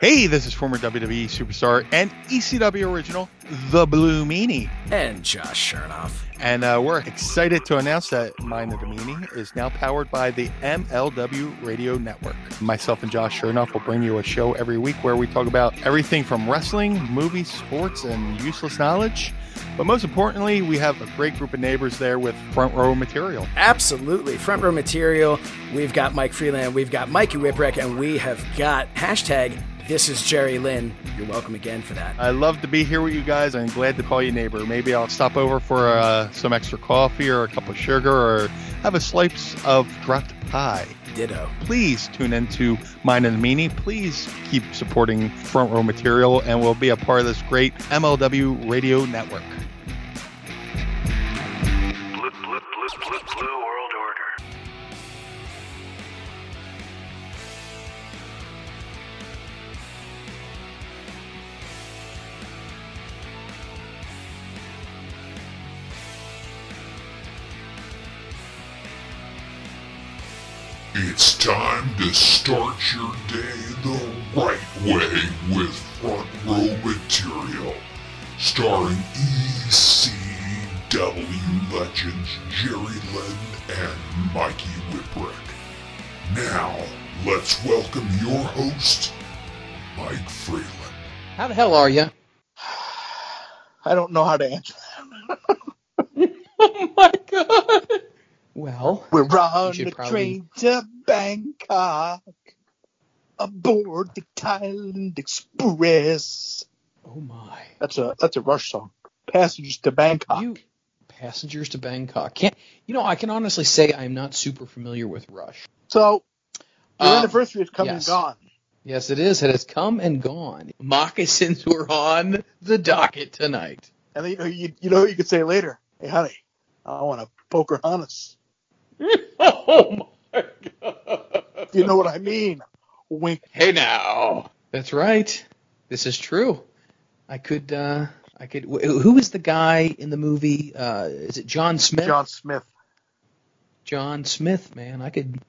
Hey, this is former WWE superstar and ECW original, The Blue Meanie. And Josh Chernoff. And uh, we're excited to announce that Mind of the Meanie is now powered by the MLW Radio Network. Myself and Josh Chernoff will bring you a show every week where we talk about everything from wrestling, movies, sports, and useless knowledge. But most importantly, we have a great group of neighbors there with front row material. Absolutely. Front row material. We've got Mike Freeland, we've got Mikey Whipwreck, and we have got hashtag this is Jerry Lynn. You're welcome again for that. I love to be here with you guys. I'm glad to call you neighbor. Maybe I'll stop over for uh, some extra coffee or a cup of sugar or have a slice of dropped pie. Ditto. Please tune into Mind and the Meanie. Please keep supporting Front Row Material, and we'll be a part of this great MLW radio network. Blue, blue, blue, blue, blue world order. It's time to start your day the right way with front row material. Starring ECW legends Jerry Lynn and Mikey Whipwreck. Now, let's welcome your host, Mike Freeland. How the hell are you? I don't know how to answer Oh my god. Well, We're on should the probably- train to Bangkok aboard the Thailand Express. oh my. That's a that's a Rush song. Passengers to Bangkok. You passengers to Bangkok. Can't you know, I can honestly say I'm not super familiar with Rush. so your Um, anniversary has come yes. and gone. Yes, it is. It has come and gone. Moccasins were on the docket tonight. And then, you know you, you know what you could say later. Hey honey, I want a poker honest. Oh my god. You know what I mean? Wink. Hey now. That's right. This is true. I could uh I could wh- who is the guy in the movie uh is it John Smith? John Smith. John Smith, man. I could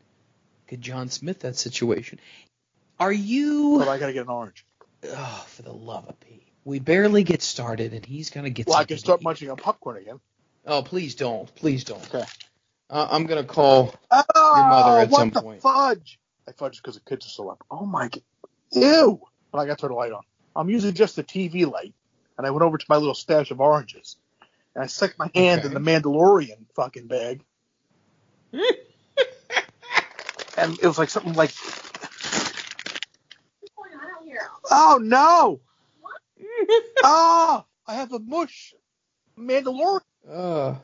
could John Smith that situation. Are you But I gotta get an orange. Oh, for the love of Pete. We barely get started, and he's going to get Well, I something can to start eat. munching on popcorn again. Oh, please don't. Please don't. Okay. Uh, I'm going to call. Oh, mother at what some the point. fudge? I fudge because the kids are so loud. Oh my god! Ew! But I got to turn the light on. I'm using just the TV light, and I went over to my little stash of oranges, and I stuck my hand in the Mandalorian fucking bag, and it was like something like, oh no! Ah, I have a mush, Mandalorian. Uh,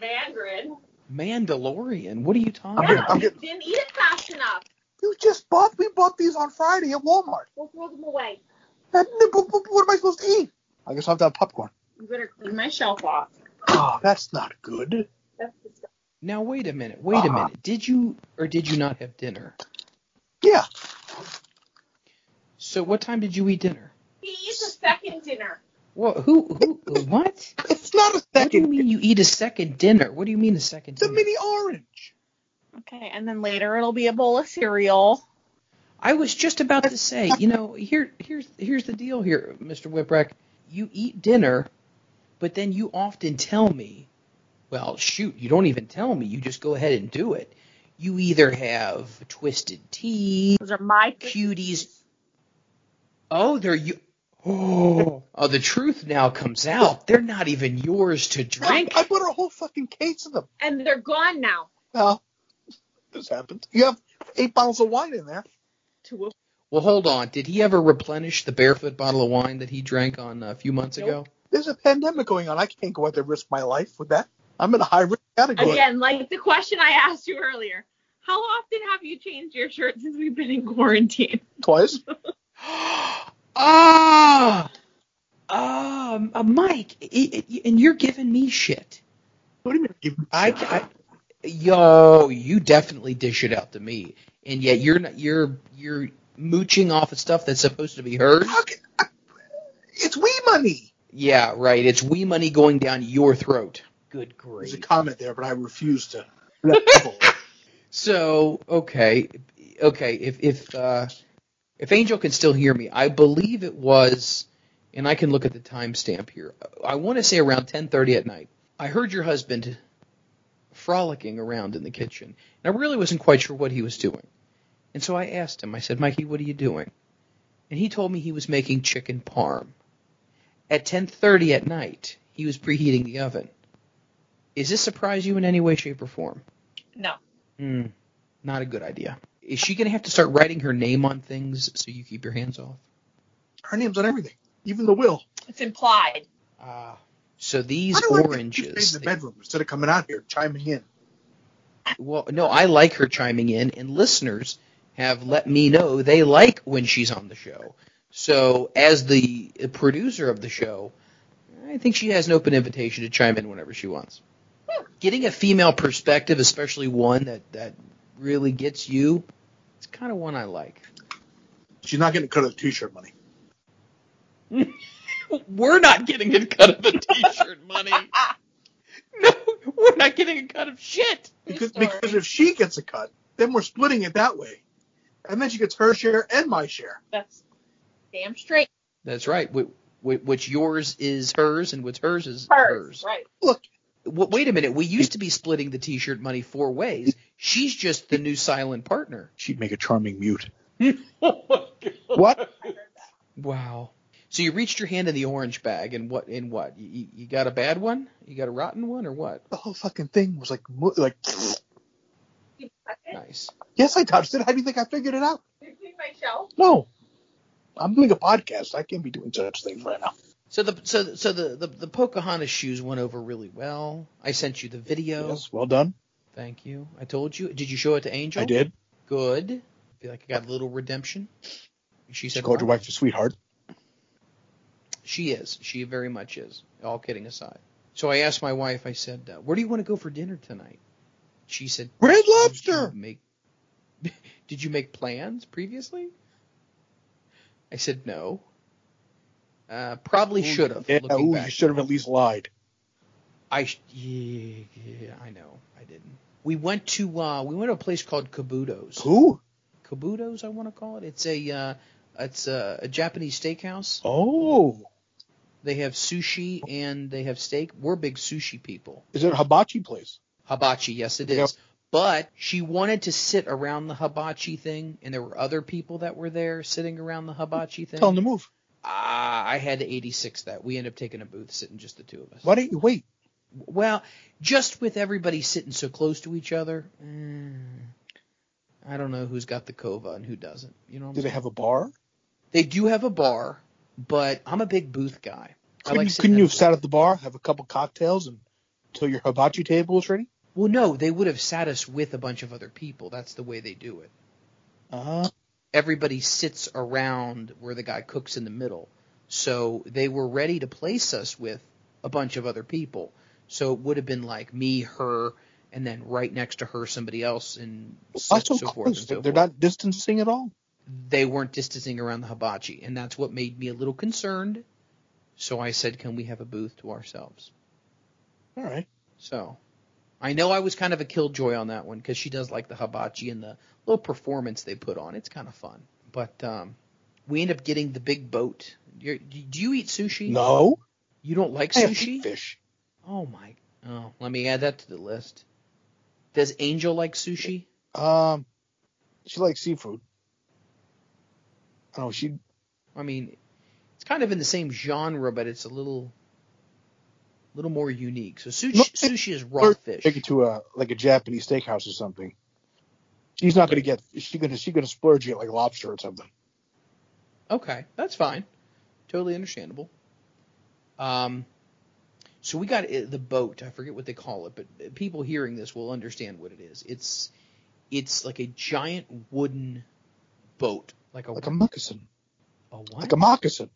Mandarin. Mandalorian. What are you talking I'm, about? I'm getting. Didn't eat it fast enough. You just bought. We bought these on Friday at Walmart. We'll throw them away. That- what- what what am I supposed to eat? I guess I'll have to have popcorn. You better clean my shelf off. Oh, that's not good. That's disgusting. Now, wait a minute. Wait a Uh-huh. minute. Did you or did you not have dinner? Yeah. So, what time did you eat dinner? He eats a second dinner. What? Who? Who? What? It's not a What do you second. mean you eat a second dinner? What do you mean a second It's a dinner? mini orange. Okay, and then later it'll be a bowl of cereal. I was just about to say, you know, here here's here's the deal here, Mr. Whipwreck. You eat dinner, but then you often tell me, well, shoot, you don't even tell me. You just go ahead and do it. You either have twisted tea, Those are my cuties. Oh, they're you. Oh, oh, the truth now comes out. They're not even yours to drink. I bought a whole fucking case of them. And they're gone now. Well, this happened. You have eight bottles of wine in there. two. Well, hold on. Did he ever replenish the barefoot bottle of wine that he drank on uh, a few months ago? There's a pandemic going on. I can't go out there and risk my life with that. I'm in a high risk category. Again, like the question I asked you earlier. How often have you changed your shirt since we've been in quarantine? Twice. ah, um, uh, Mike, i i and you're giving me shit. What do you mean? You- I, ca- I, yo, you definitely dish it out to me, and yet you're not, you're, you're mooching off of stuff that's supposed to be hers. How can- I- it's we money. Yeah, right. It's we money going down your throat. Good There's a grief. comment there, but I refuse to. So okay, okay. If if uh, if Angel can still hear me, I believe it was, and I can look at the timestamp here. I want to say around ten thirty at night. I heard your husband frolicking around in the kitchen, and I really wasn't quite sure what he was doing. And so I asked him. I said, "Mikey, what are you doing?" And he told me he was making chicken parm. At ten thirty at night, he was preheating the oven. Is this surprise you in any way, shape, or form? No. Hmm. Not a good idea. Is she going to have to start writing her name on things so you keep your hands off? Her name's on everything, even the will. It's implied. Ah. so these I don't like that she oranges. stayed in the bedroom instead of coming out here chiming in. well, no, I like her chiming in, and listeners have let me know they like when she's on the show. So, as the producer of the show, I think she has an open invitation to chime in whenever she wants. Hmm. Getting a female perspective, especially one that, that really gets you, it's kind of one I like. She's not getting cut of the t-shirt money. we're not getting a cut of the t-shirt money. No, we're not getting a cut of shit. Because, story. because if she gets a cut, then we're splitting it that way. And then she gets her share and my share. That's damn straight. That's right. Wh- wh- What's yours is hers, and what's hers is hers. Hers. Right. Look, Wh- Wait a minute. We used to be splitting the t-shirt money four ways. She's just the new silent partner. she'd make a charming mute. What? Wow. So you reached your hand in the orange bag, and what? And what? You- You, you got a bad one? You got a rotten one, or what? The whole fucking thing was like, mo- like, Nice. yes, I touched it. How do you think I figured it out? You clean my shelf? No, I'm doing a podcast. I can't be doing such things right now. So the so so the, the the Pocahontas shoes went over really well. I sent you the video. Yes, well done. Thank you. I told you. Did you show it to Angel? I did. Good. I feel like I got a little redemption. She She said called your "What?" wife your sweetheart. She is. She very much is. All kidding aside. So I asked my wife. I said, uh, "Where do you want to go for dinner tonight?" She said, Red "Did you Lobster. Make. did you make plans previously? I said no. Uh, probably should have. Yeah, looking ooh, back. you should have at least lied. I sh- yeah, yeah, I know. I didn't. We went to uh, we went to a place called Kabuto's. Who? Kabuto's, I want to call it. It's a uh, it's a, a Japanese steakhouse. Oh, They have sushi and they have steak. We're big sushi people. is it a hibachi place? Hibachi, yes it is. Yep. But she wanted to sit around the hibachi thing, and there were other people that were there sitting around the hibachi thing. Tell them to move. Ah, I had to 86 that. We ended up taking a booth, sitting just the two of us. Why don't you wait? Well, just with everybody sitting so close to each other, mm, I don't know who's got the cova and who doesn't. You know, what I'm Do they saying? have a bar? They do have a bar, but I'm a big booth guy. I Couldn't, like you, sitting couldn't at you a have booth. sat at the bar, have a couple cocktails, and until your hibachi table is ready? Well, no, they would have sat us with a bunch of other people. That's the way they do it. Uh-huh. Uh, Everybody sits around where the guy cooks in the middle, so they were ready to place us with a bunch of other people. So it would have been like me, her, and then right next to her somebody else, and so, also so forth. And close. so They're forth. not distancing at all. they weren't distancing around the hibachi, and that's what made me a little concerned. So I said, "Can we have a booth to ourselves?" All right. So I know I was kind of a killjoy on that one because she does like the hibachi and the little performance they put on. It's kind of fun, but um, we end up getting the big boat. You're, do you eat sushi? No. You don't like I have sushi? fish. Oh my! Oh, let me add that to the list. Does Angel like sushi? Um, she likes seafood. Oh, she I mean, it's kind of in the same genre, but it's a little, little more unique. So sushi, No, sushi is raw fish. take it to a like a Japanese steakhouse or something. She's not gonna get. She gonna she gonna splurge it like lobster or something. Okay, that's fine, totally understandable. Um, so we got uh, the boat. I forget what they call it, but uh, people hearing this will understand what it is. It's, it's like a giant wooden boat, like a Like a moccasin. a what? Like a moccasin.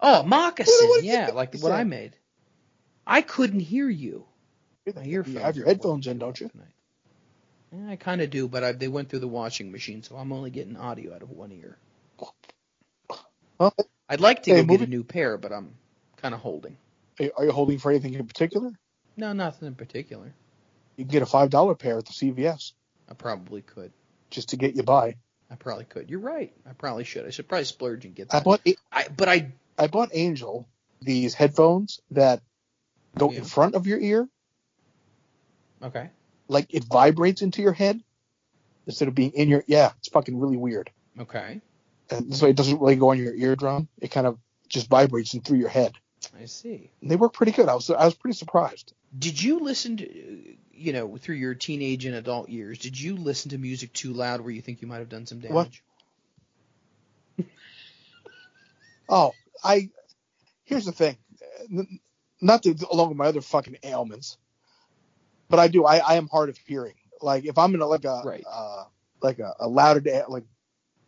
oh a moccasin, What- what is yeah, it? like what I made. I couldn't hear you. My earphones. You have your aren't headphones working in, don't too you? well tonight. Yeah, I kind of do, but I, they went through the washing machine, so I'm only getting audio out of one ear. Well, I'd like to Hey, go move get it- a new pair, but I'm kind of holding. are- Are you holding for anything in particular? No, nothing in particular. You can get a five dollar pair at the CVS. I probably could. just to get you by. I probably could. You're right. I probably should. I should probably splurge and get I that. bought A- I, but I I bought Angel these headphones that go Yeah. in front of your ear, okay. like it vibrates into your head instead of being in your. Yeah, it's fucking really weird. Okay. And this way, it doesn't really go on your eardrum. It kind of just vibrates in through your head. I see. And they work pretty good. I was I was pretty surprised. Did you listen to you know through your teenage and adult years? Did you listen to music too loud where you think you might have done some damage? What? Oh, I here's the thing, N- not to, along with my other fucking ailments, but I do. I, I am hard of hearing. Like if I'm in a, like a Right. uh, like a, a louder day, like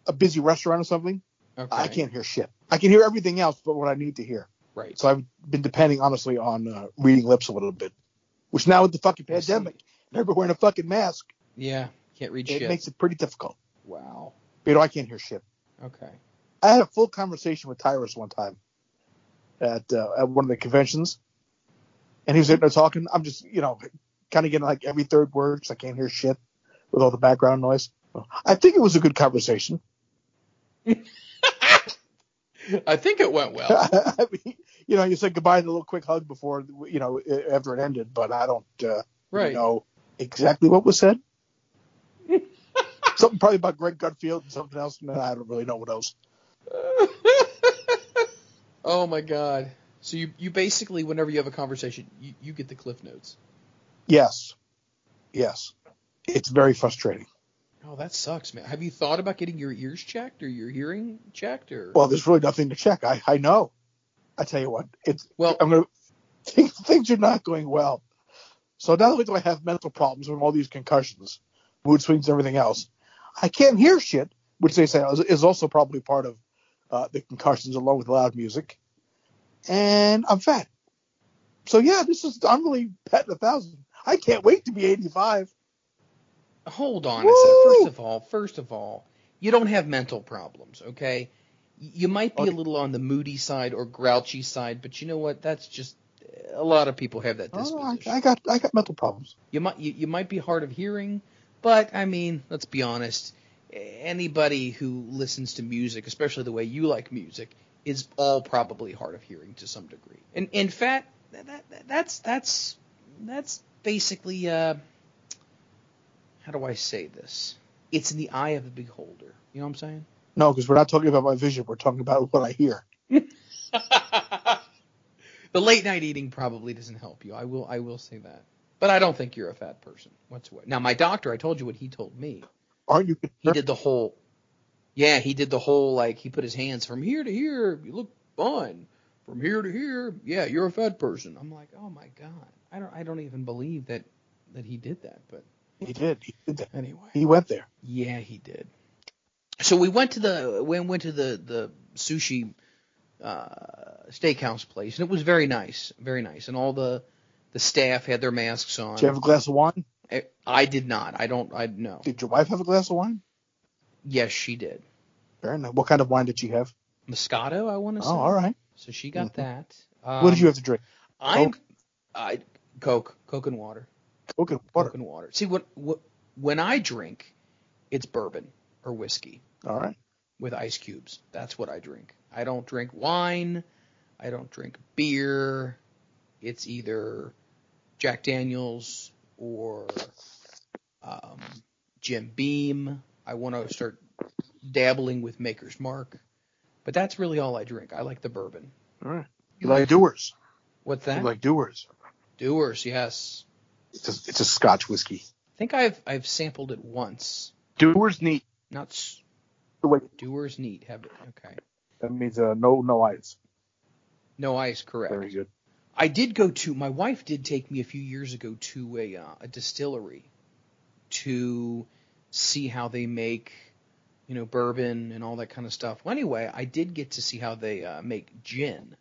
a busy restaurant or something, Okay. I can't hear shit. I can hear everything else, but what I need to hear. Right. So I've been depending honestly on uh, reading lips a little bit, which now with the fucking I see. pandemic, and everybody wearing a fucking mask, Yeah. Can't read it shit. makes it pretty difficult. wow. You know, I can't hear shit. Okay. I had a full conversation with Tyrus one time at uh, at one of the conventions, and he was sitting there talking. I'm just, you know, kind of getting like every third word 'cause I can't hear shit with all the background noise. I think it was a good conversation. I think it went well. I mean, you know, you said goodbye and a little quick hug before, you know, i- after it ended, but I don't uh, Right. know exactly what was said. something probably about Greg Gutfield and something else, and then I don't really know what else. oh my god. So you you basically whenever you have a conversation, you, you get the cliff notes. Yes, yes, it's very frustrating. Oh, that sucks, man. Have you thought about getting your ears checked or your hearing checked or Well, there's really nothing to check. I, I know. I tell you what, it's Well- I'm gonna things, things are not going well. So not only do I have mental problems from all these concussions, mood swings, and everything else, I can't hear shit, which they say is, is also probably part of uh, the concussions along with loud music, and I'm fat. So yeah, this is I'm really betting a thousand. I can't wait to be 85. Hold on a second. Woo! First of all, first of all, you don't have mental problems, okay? Y- You might be Okay. a little on the moody side or grouchy side, but you know what? That's just a lot of people have that Oh, disposition. I, I got I got mental problems. You might you, you might be hard of hearing, but I mean, let's be honest. Anybody who listens to music, especially the way you like music, is all probably hard of hearing to some degree. And in fact, that, that, that's that's that's basically uh, how do I say this? It's in the eye of the beholder. You know what I'm saying? No, because we're not talking about my vision. We're talking about what I hear. the late night eating probably doesn't help you. I will I will say that. But I don't think you're a fat person whatsoever. Now my doctor, I told you what he told me. Aren't you? He did the whole Yeah, he did the whole like he put his hands from here to here, you look fun. From here to here, yeah, you're a fat person. I'm like, "Oh my god. I don't I don't even believe that that he did that." But He did. He did that. anyway. He went there. Yeah, he did. So we went to the we went to the the sushi uh, steakhouse place, and it was very nice, very nice. And all the the staff had their masks on. Did you have a glass of wine? I, I did not. I don't. I no. Did your wife have a glass of wine? Yes, she did. Fair enough. What kind of wine did she have? Moscato, I want to say. Oh, all right. So she got Mhm. that. Um, what did you have to drink? I'm, Coke? I Coke, Coke and water. Coke and water. Coke and water. See, what, what when I drink, it's bourbon or whiskey. All right. with ice cubes. That's what I drink. I don't drink wine. I don't drink beer. It's either Jack Daniels or um, Jim Beam. I want to start dabbling with Maker's Mark, but that's really all I drink. I like the bourbon. All right. You like doers. What's You that? like doers. Doers, yes. It's a, it's a Scotch whiskey. I think I've I've sampled it once. Doers neat. Not s- Wait, Doers neat. Have it. Okay. that means uh, no no ice. No ice, correct. Very good. I did go to my wife did take me a few years ago to a uh, a distillery to see how they make you know bourbon and all that kind of stuff. Well, anyway, I did get to see how they uh, make gin,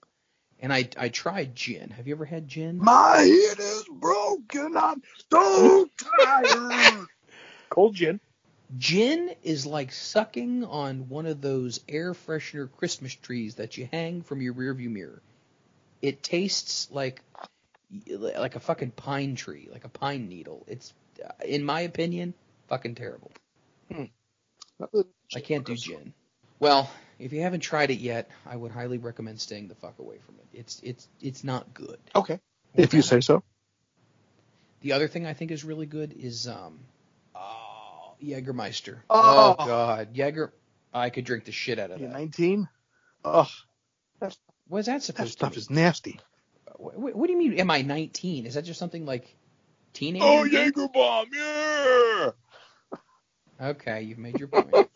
and I I tried gin. Have you ever had gin? My head is broken. I'm so tired. Cold gin. gin is like sucking on one of those air freshener Christmas trees that you hang from your rearview mirror. It tastes like like a fucking pine tree, like a pine needle. It's in my opinion fucking terrible. That was- I can't do gin. Well, if you haven't tried it yet, I would highly recommend staying the fuck away from it. It's it's it's not good. Okay, if you say so. The other thing I think is really good is um, oh, Jägermeister. Oh. God, Jäger, I could drink the shit out of You're that. 19. Ugh, What's that that supposed stuff to? is nasty. Mean? What, what do you mean? Am I 19? Is that just something like teenage? Oh, Jaeger Bomb, yeah! Okay, you've made your point.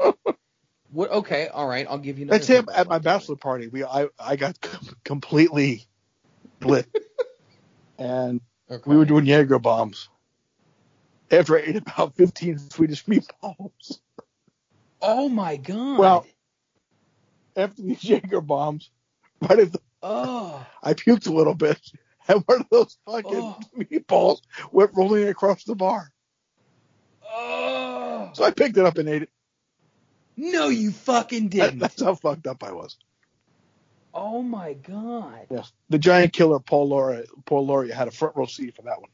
what? Okay, all right. I'll give you. another That's him thing. at my bachelor party. We I I got com- completely lit, and Okay. we were doing Jaeger bombs. After I ate about 15 Swedish meatballs, Oh my god. Well- after these Jaeger bombs, right at the, Oh. I puked a little bit, and one of those fucking Oh. meatballs went rolling across the bar. Oh. So I picked it up and ate it. No, you fucking That- didn't. that's how fucked up I was. Oh my god. Yes, the giant killer Paul Laura Paul Lauria had a front row seat for that one.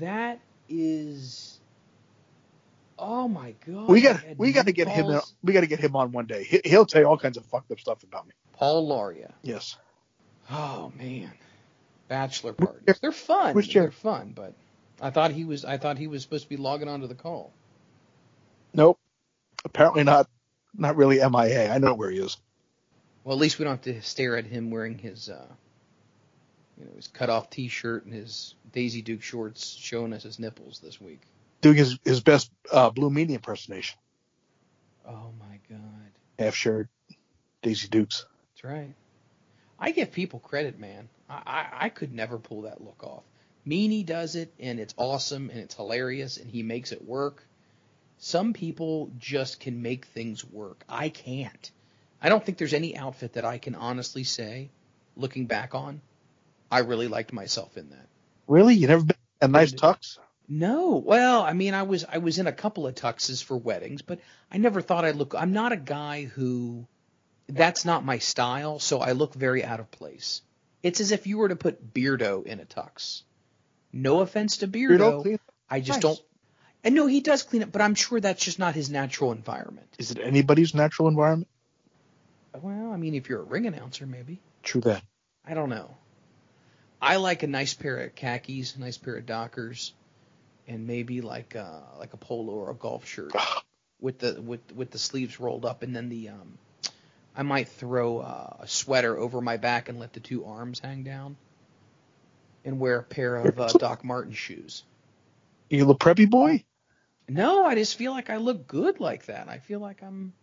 That is. Oh my god. we got I had we got to get him in, meatballs. we got to get him on one day. He, he'll tell you all kinds of fucked up stuff about me. Paul Lauria. Yes. Oh man. Bachelor parties. They're fun. Which chair? They're fun, but I thought he was. I thought he was supposed to be logging onto the call. Nope. Apparently not. Not really MIA. I know where he is. Well, at least we don't have to stare at him wearing his, uh, you know, his cut-off T-shirt and his Daisy Duke shorts, showing us his nipples this week. Doing his his best uh, Blue Meanie impersonation. Oh my god. Half shirt. Daisy Dukes. That's right. I give people credit, man. I, I, I could never pull that look off. Meanie does it, and it's awesome, and it's hilarious, and he makes it work. Some people just can make things work. I can't. I don't think there's any outfit that I can honestly say, looking back on, I really liked myself in that. Really? You never been a nice tux? No, well, I mean, I was I was in a couple of tuxes for weddings, but I never thought I look. I'm not a guy who, that's not my style, so I look very out of place. It's as if you were to put Beardo in a tux. No offense to You're Beardo, not clean. I just Nice. don't. And no, he does clean up, but I'm sure that's just not his natural environment. Is it anybody's natural environment? Well, I mean, if you're a ring announcer, maybe. True that. I don't know. I like a nice pair of khakis, a nice pair of Dockers, and maybe like uh like a polo or a golf shirt with the with with the sleeves rolled up, and then the um I might throw uh, a sweater over my back and let the two arms hang down, and wear a pair of uh, Doc Martin shoes. You little preppy boy? No, I just feel like I look good like that. I feel like I'm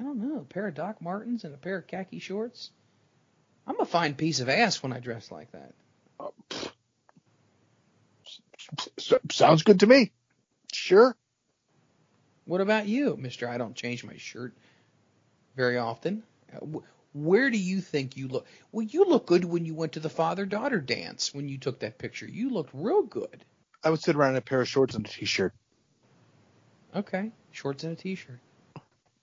I don't know, a pair of Doc Martens and a pair of khaki shorts. I'm a fine piece of ass when I dress like that. S- sounds good to me. Sure. What about you, Mister? I don't change my shirt very often. Uh, wh- Where do you think you look? Well, you look good when you went to the father-daughter dance when you took that picture. You looked real good. I would sit around in a pair of shorts and a t-shirt. Okay, shorts and a t-shirt.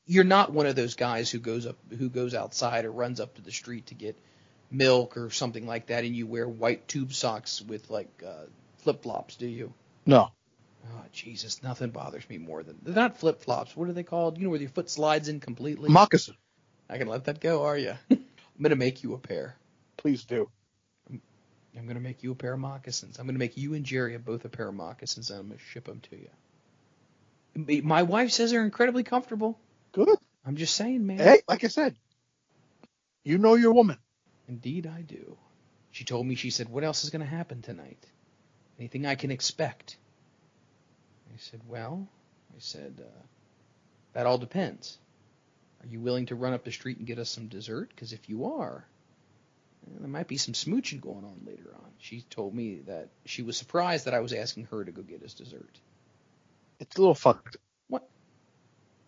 You're not one of those guys who goes up who goes outside or runs up to the street to get milk or something like that, and you wear white tube socks with like uh, flip-flops, do you? No. Oh Jesus, nothing bothers me more than they're not flip-flops. What are they called? You know where your foot slides in completely. Moccasin. I can let that go, are you? I'm gonna make you a pair. Please do. I'm gonna make you a pair of moccasins. I'm gonna make you and Jerry both a pair of moccasins, and I'm gonna ship them to you. My wife says they're incredibly comfortable. Good. I'm just saying, man. Hey, like I said, you know your woman. Indeed, I do. She told me. She said, "What else is gonna happen tonight? Anything I can expect?" I said, "Well," I said, uh, "That all depends. Are you willing to run up the street and get us some dessert? Because if you are, eh, there might be some smooching going on later on." She told me that she was surprised that I was asking her to go get us dessert. It's a little fucked.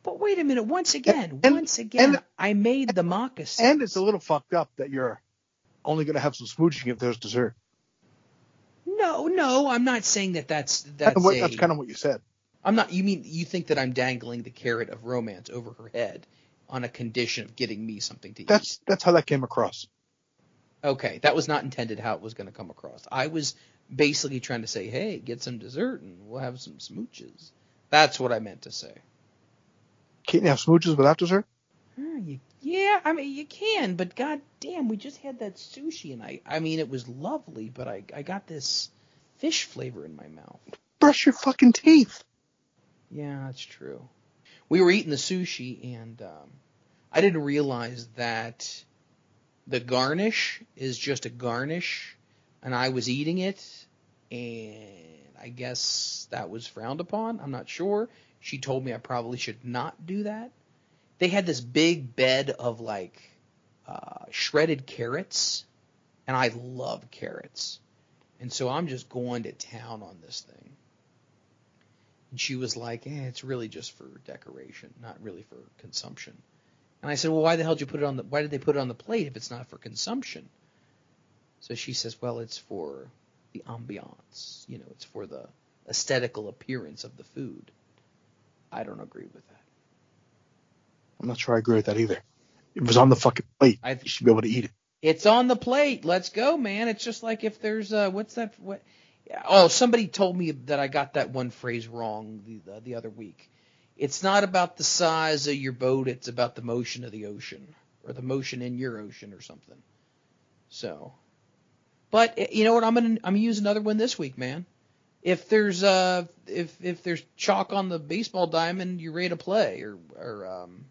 But wait a minute! Once again, and- once again, and- I made the moccasin. And it's a little fucked up that you're only going to have some smooching if there's dessert. no, no, I'm not saying that. That's that's And what- a- that's kind of what you said. I'm not. You mean you think that I'm dangling the carrot of romance over her head on a condition of getting me something to That's that's how that came across. eat? Okay, that was not intended how it was going to come across. I was basically trying to say, hey, get some dessert and we'll have some smooches. That's what I meant to say. Can't you have smooches without dessert? Hmm, you- Yeah, I mean you can, but god damn, we just had that sushi and I I mean it was lovely, but I I got this fish flavor in my mouth. Brush your fucking teeth. Yeah, that's true. We were eating the sushi, and um, I didn't realize that the garnish is just a garnish, and I was eating it, and I guess that was frowned upon. I'm not sure. She told me I probably should not do that. They had this big bed of like uh, shredded carrots, and I love carrots, and so I'm just going to town on this thing. And she was like, eh, it's really just for decoration, not really for consumption. And I said, well, why the hell did you put it on the, why did they put it on the plate if it's not for consumption? So she says, well, it's for the ambiance, you know, it's for the aesthetical appearance of the food. I don't agree with that. I'm not sure I agree with that either. If it was on the fucking plate, I- you should be able to eat it. It's on the plate. Let's go, man. It's just like if there's uh what's that what Oh, somebody told me that I got that one phrase wrong the the, the other week. It's not about the size of your boat, it's about the motion of the ocean or the motion in your ocean or something. So, but eh, you know what? I'm going to I'm gonna use another one this week, man. If there's uh if if there's chalk on the baseball diamond, you're ready to play or or um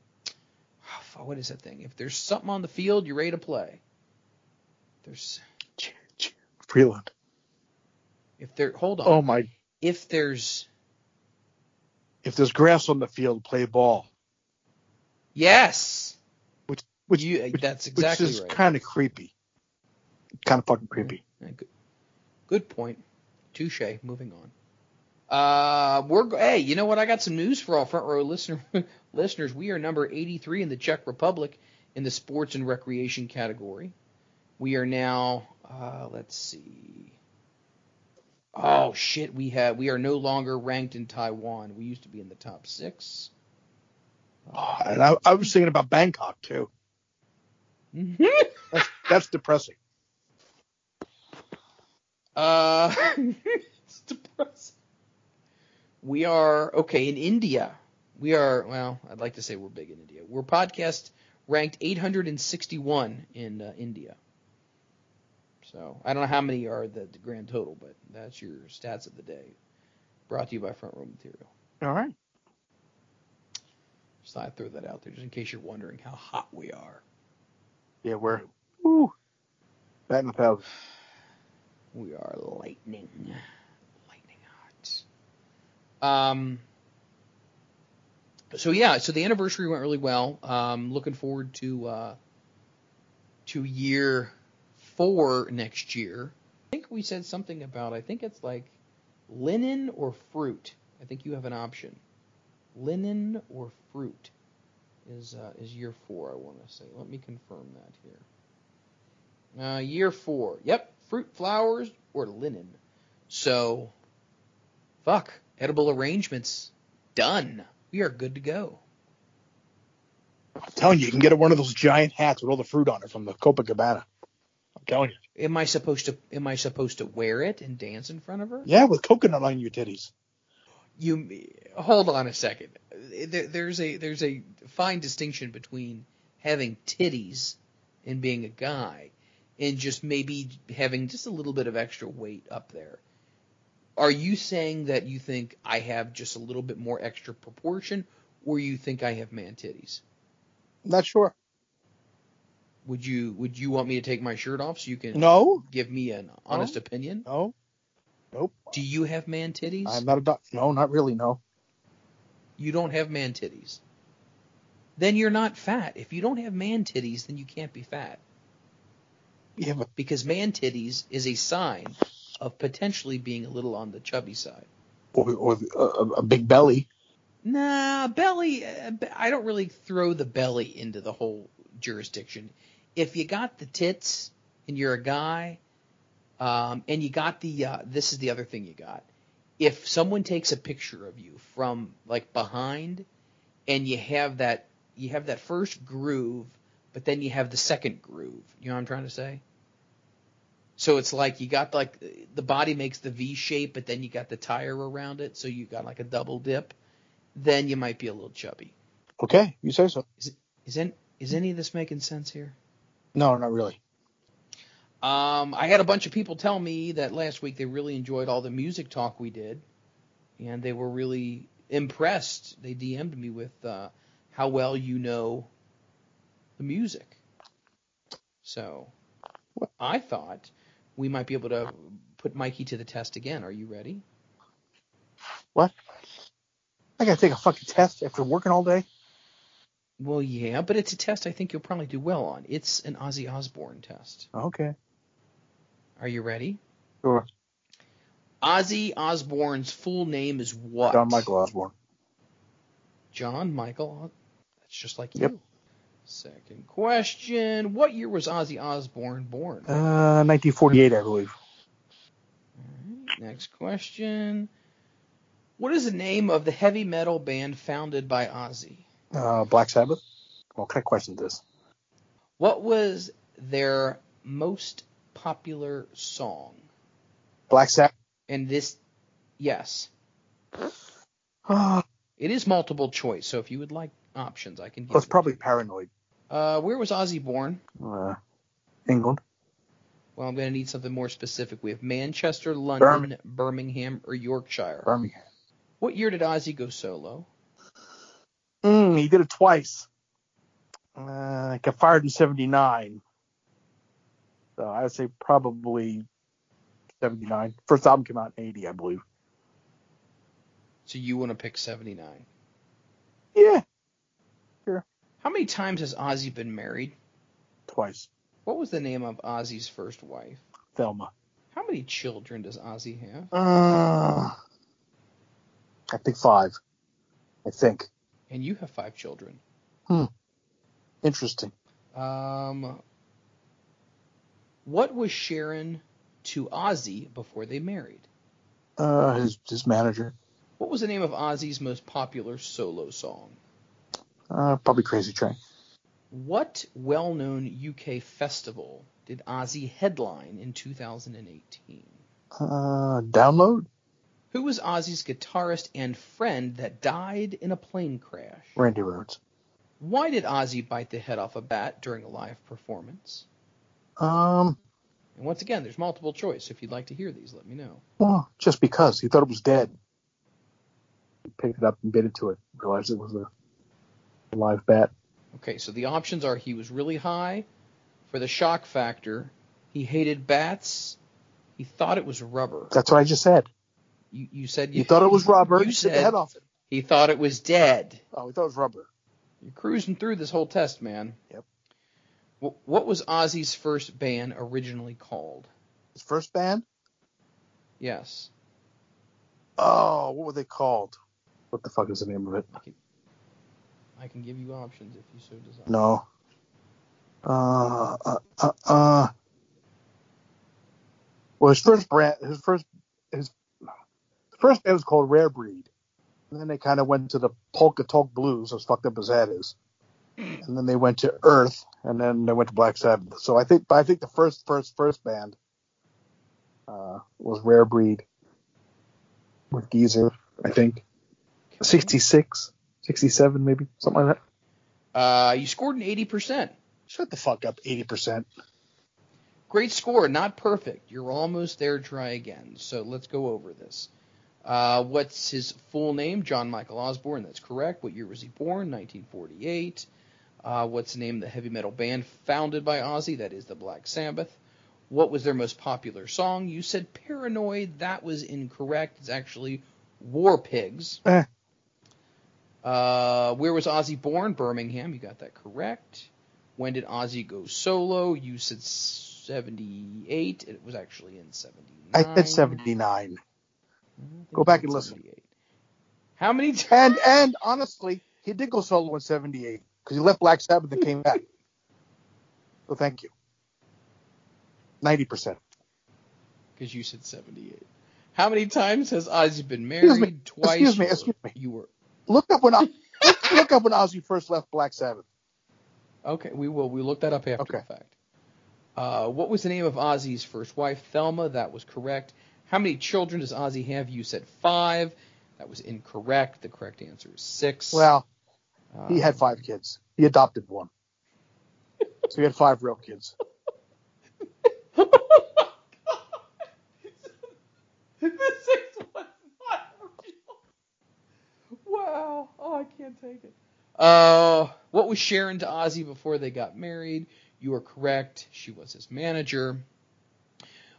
what is that thing? If there's something on the field, you're ready to play. There's Freeland. if there hold on. Oh my! If there's If there's grass on the field, play ball. yes, Which- which- you which- that's exactly which is right. kind of creepy. Kind of fucking creepy. Yeah, good, good point. Touche. Moving on. Uh, we're go- hey, you know what? I got some news for all front row listener listeners. We are number 83 in the Czech Republic in the sports and recreation category. We are now uh, let's see. Oh shit, we have we are no longer ranked in Taiwan. We used to be in the top six. Oh, Mm-hmm. and I, I was thinking about Bangkok too. Mm-hmm. That's, that's depressing. Uh, it's depressing. We are okay in India. We are well. I'd like to say we're big in India. We're podcast ranked 861 in uh, India. So I don't know how many are the, the grand total, but that's your stats of the day. Brought to you by Front Row Material. All right. Just thought I'd throw that out there, just in case you're wondering how hot we are. Yeah, we're woo, that in a thousand. We are lightning, lightning hot. Um. So yeah, so the anniversary went really well. Um, looking forward to uh, to year four next year. I think we said something about. I think it's like linen or fruit. I think you have an option. Linen or fruit is uh, is year four. I want to say. Let me confirm that here. Uh, year four. Yep, fruit, flowers, or linen. So, fuck, edible arrangements done. We are good to go. I'm telling you, you can get one of those giant hats with all the fruit on it from the Copacabana. I'm telling you. Am I supposed to? Am I supposed to wear it and dance in front of her? Yeah, with coconut on your titties. You hold on a second. There, there's a there's a fine distinction between having titties and being a guy, and just maybe having just a little bit of extra weight up there. Are you saying that you think I have just a little bit more extra proportion, or you think I have man titties? Not sure. Would you would you want me to take my shirt off so you can No, give me an honest opinion? no, nope. Do you have man titties? I'm not a doc. No, not really. No. you don't have man titties, then you're not fat. If you don't have man titties, then you can't be fat Yeah, but because man titties is a sign of potentially being a little on the chubby side. or, or a, a big belly. Nah, belly. uh, b- I don't really throw the belly into the whole jurisdiction. If you got the tits and you're a guy, um, and you got the uh, this is the other thing you got. If someone takes a picture of you from like behind, and you have that you have that first groove, but then you have the second groove. You know what I'm trying to say? So it's like you got like the body makes the V shape, but then you got the tire around it, so you got like a double dip then you might be a little chubby. Okay, you say so. Is any, is any of this making sense here? No, not really. Um, I had a bunch of people tell me that last week they really enjoyed all the music talk we did, and they were really impressed. They DM'd me with uh, how well you know the music. So I thought we might be able to put Mikey to the test again. Are you ready? I gotta take a fucking test after working all day. Well, yeah, but it's a test I think you'll probably do well on. It's an Ozzy Osbourne test. Okay. Are you ready? Sure. Ozzy Osbourne's full name is what? John Michael Osborne. John Michael. That's just like Yep. you. Second question: What year was Ozzy Osbourne born? Uh, 1948, I believe. Next question: What is the name of the heavy metal band founded by Ozzy? Uh, Black Sabbath. Well, can I question this? What was their most popular song? Black Sabbath. And this, yes, Oh, it is multiple choice. So if you would like options, I can give. it's you. probably paranoid. Uh, where was Ozzy born? Uh, England. Well, I'm going to need something more specific. We have Manchester, London, Birmingham, or Yorkshire. Birmingham. What year did Ozzy go solo? Mm, he did it twice. Uh, got fired in 79. So I would say probably 79. First album came out in 80, I believe. So you want to pick 79. Yeah, How many times has Ozzy been married? twice. What was the name of Ozzy's first wife? Thelma. How many children does Ozzy have? Uh, I think five. I think. And you have five children. Interesting. Um, what was Sharon to Ozzy before they married? Uh, his his manager. What was the name of Ozzy's most popular solo song? Uh, probably Crazy Train. What well known UK festival did Ozzy headline in 2018? Uh, download. Who was Ozzy's guitarist and friend that died in a plane crash? Randy Rhodes. Why did Ozzy bite the head off a bat during a live performance? Um, And once again, there's multiple choice. If you'd like to hear these, let me know. well, Oh, just because he thought it was dead, he picked it up and bit into it. Realized it was a live bat. Okay, so the options are he was really high for the shock factor, he hated bats, he thought it was rubber. That's what I just said. You, you said He thought it was rubber. You he bit the said- head off it. he thought it was dead. Oh, he thought it was rubber. You're cruising through this whole test, man. Yep. What, what was Ozzy's first band originally called? His first band. Yes. Oh, what were they called? What the fuck is the name of it? I can give you options if you so desire. No. Uh, uh, uh, uh. Well, his first brand, his first, his first band was called Rare Breed, and then they kind of went to the polka talk blues, as fucked up as that is, and then they went to Earth, and then they went to Black Sabbath. So I think, but I think the first, first, first band uh, was Rare Breed with Geezer, I think, 66, 67 maybe, something like that. Uh, you scored an 80%. Shut the fuck up, eighty percent. Great score, not perfect. You're almost there. Try again. So let's go over this. Uh, what's his full name? John Michael Osborne. That's correct. What year was he born? 1948. Uh, what's the name of the heavy metal band founded by Ozzy? That is the Black Sabbath. What was their most popular song? You said Paranoid. That was incorrect. It's actually War Pigs. Eh. Uh, where was Ozzy born? Birmingham. You got that correct. When did Ozzy go solo? You said 78. It was actually in 79. I said 79. Go back and listen. How many times? And and honestly, he did go solo in 78 because he left Black Sabbath and came back. So thank you. 90%. Because you said 78. How many times has Ozzy been married? Excuse me, Twice. excuse me, or- excuse me. You were Look up when I, look up when Ozzy first left Black Sabbath. okay. We will. We looked that up after Okay. the fact. Uh, what was the name of Ozzy's first wife? Thelma. That was correct. How many children does Ozzy have? You said five. That was incorrect. The correct answer is six. Well, he Um, had five kids. He adopted one. so he had five real kids. the six was not real. Wow. Oh, I can't take it. Uh, what was Sharon to Ozzy before they got married? You are correct. She was his manager.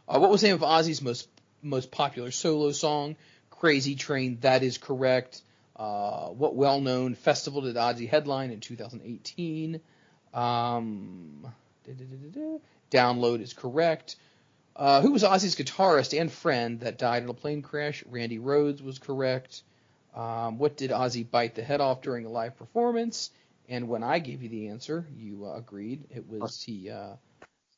Uh, what was the name of Ozzy's most most popular solo song? Crazy Train. That is correct. Uh, what well-known festival did Ozzy headline in 2018? Um, da-da-da-da-da. Download is correct. Uh, who was Ozzy's guitarist and friend that died in a plane crash? Randy Rhodes was correct. Um, what did Ozzy bite the head off during a live performance? And when I gave you the answer, you uh, agreed it was he uh,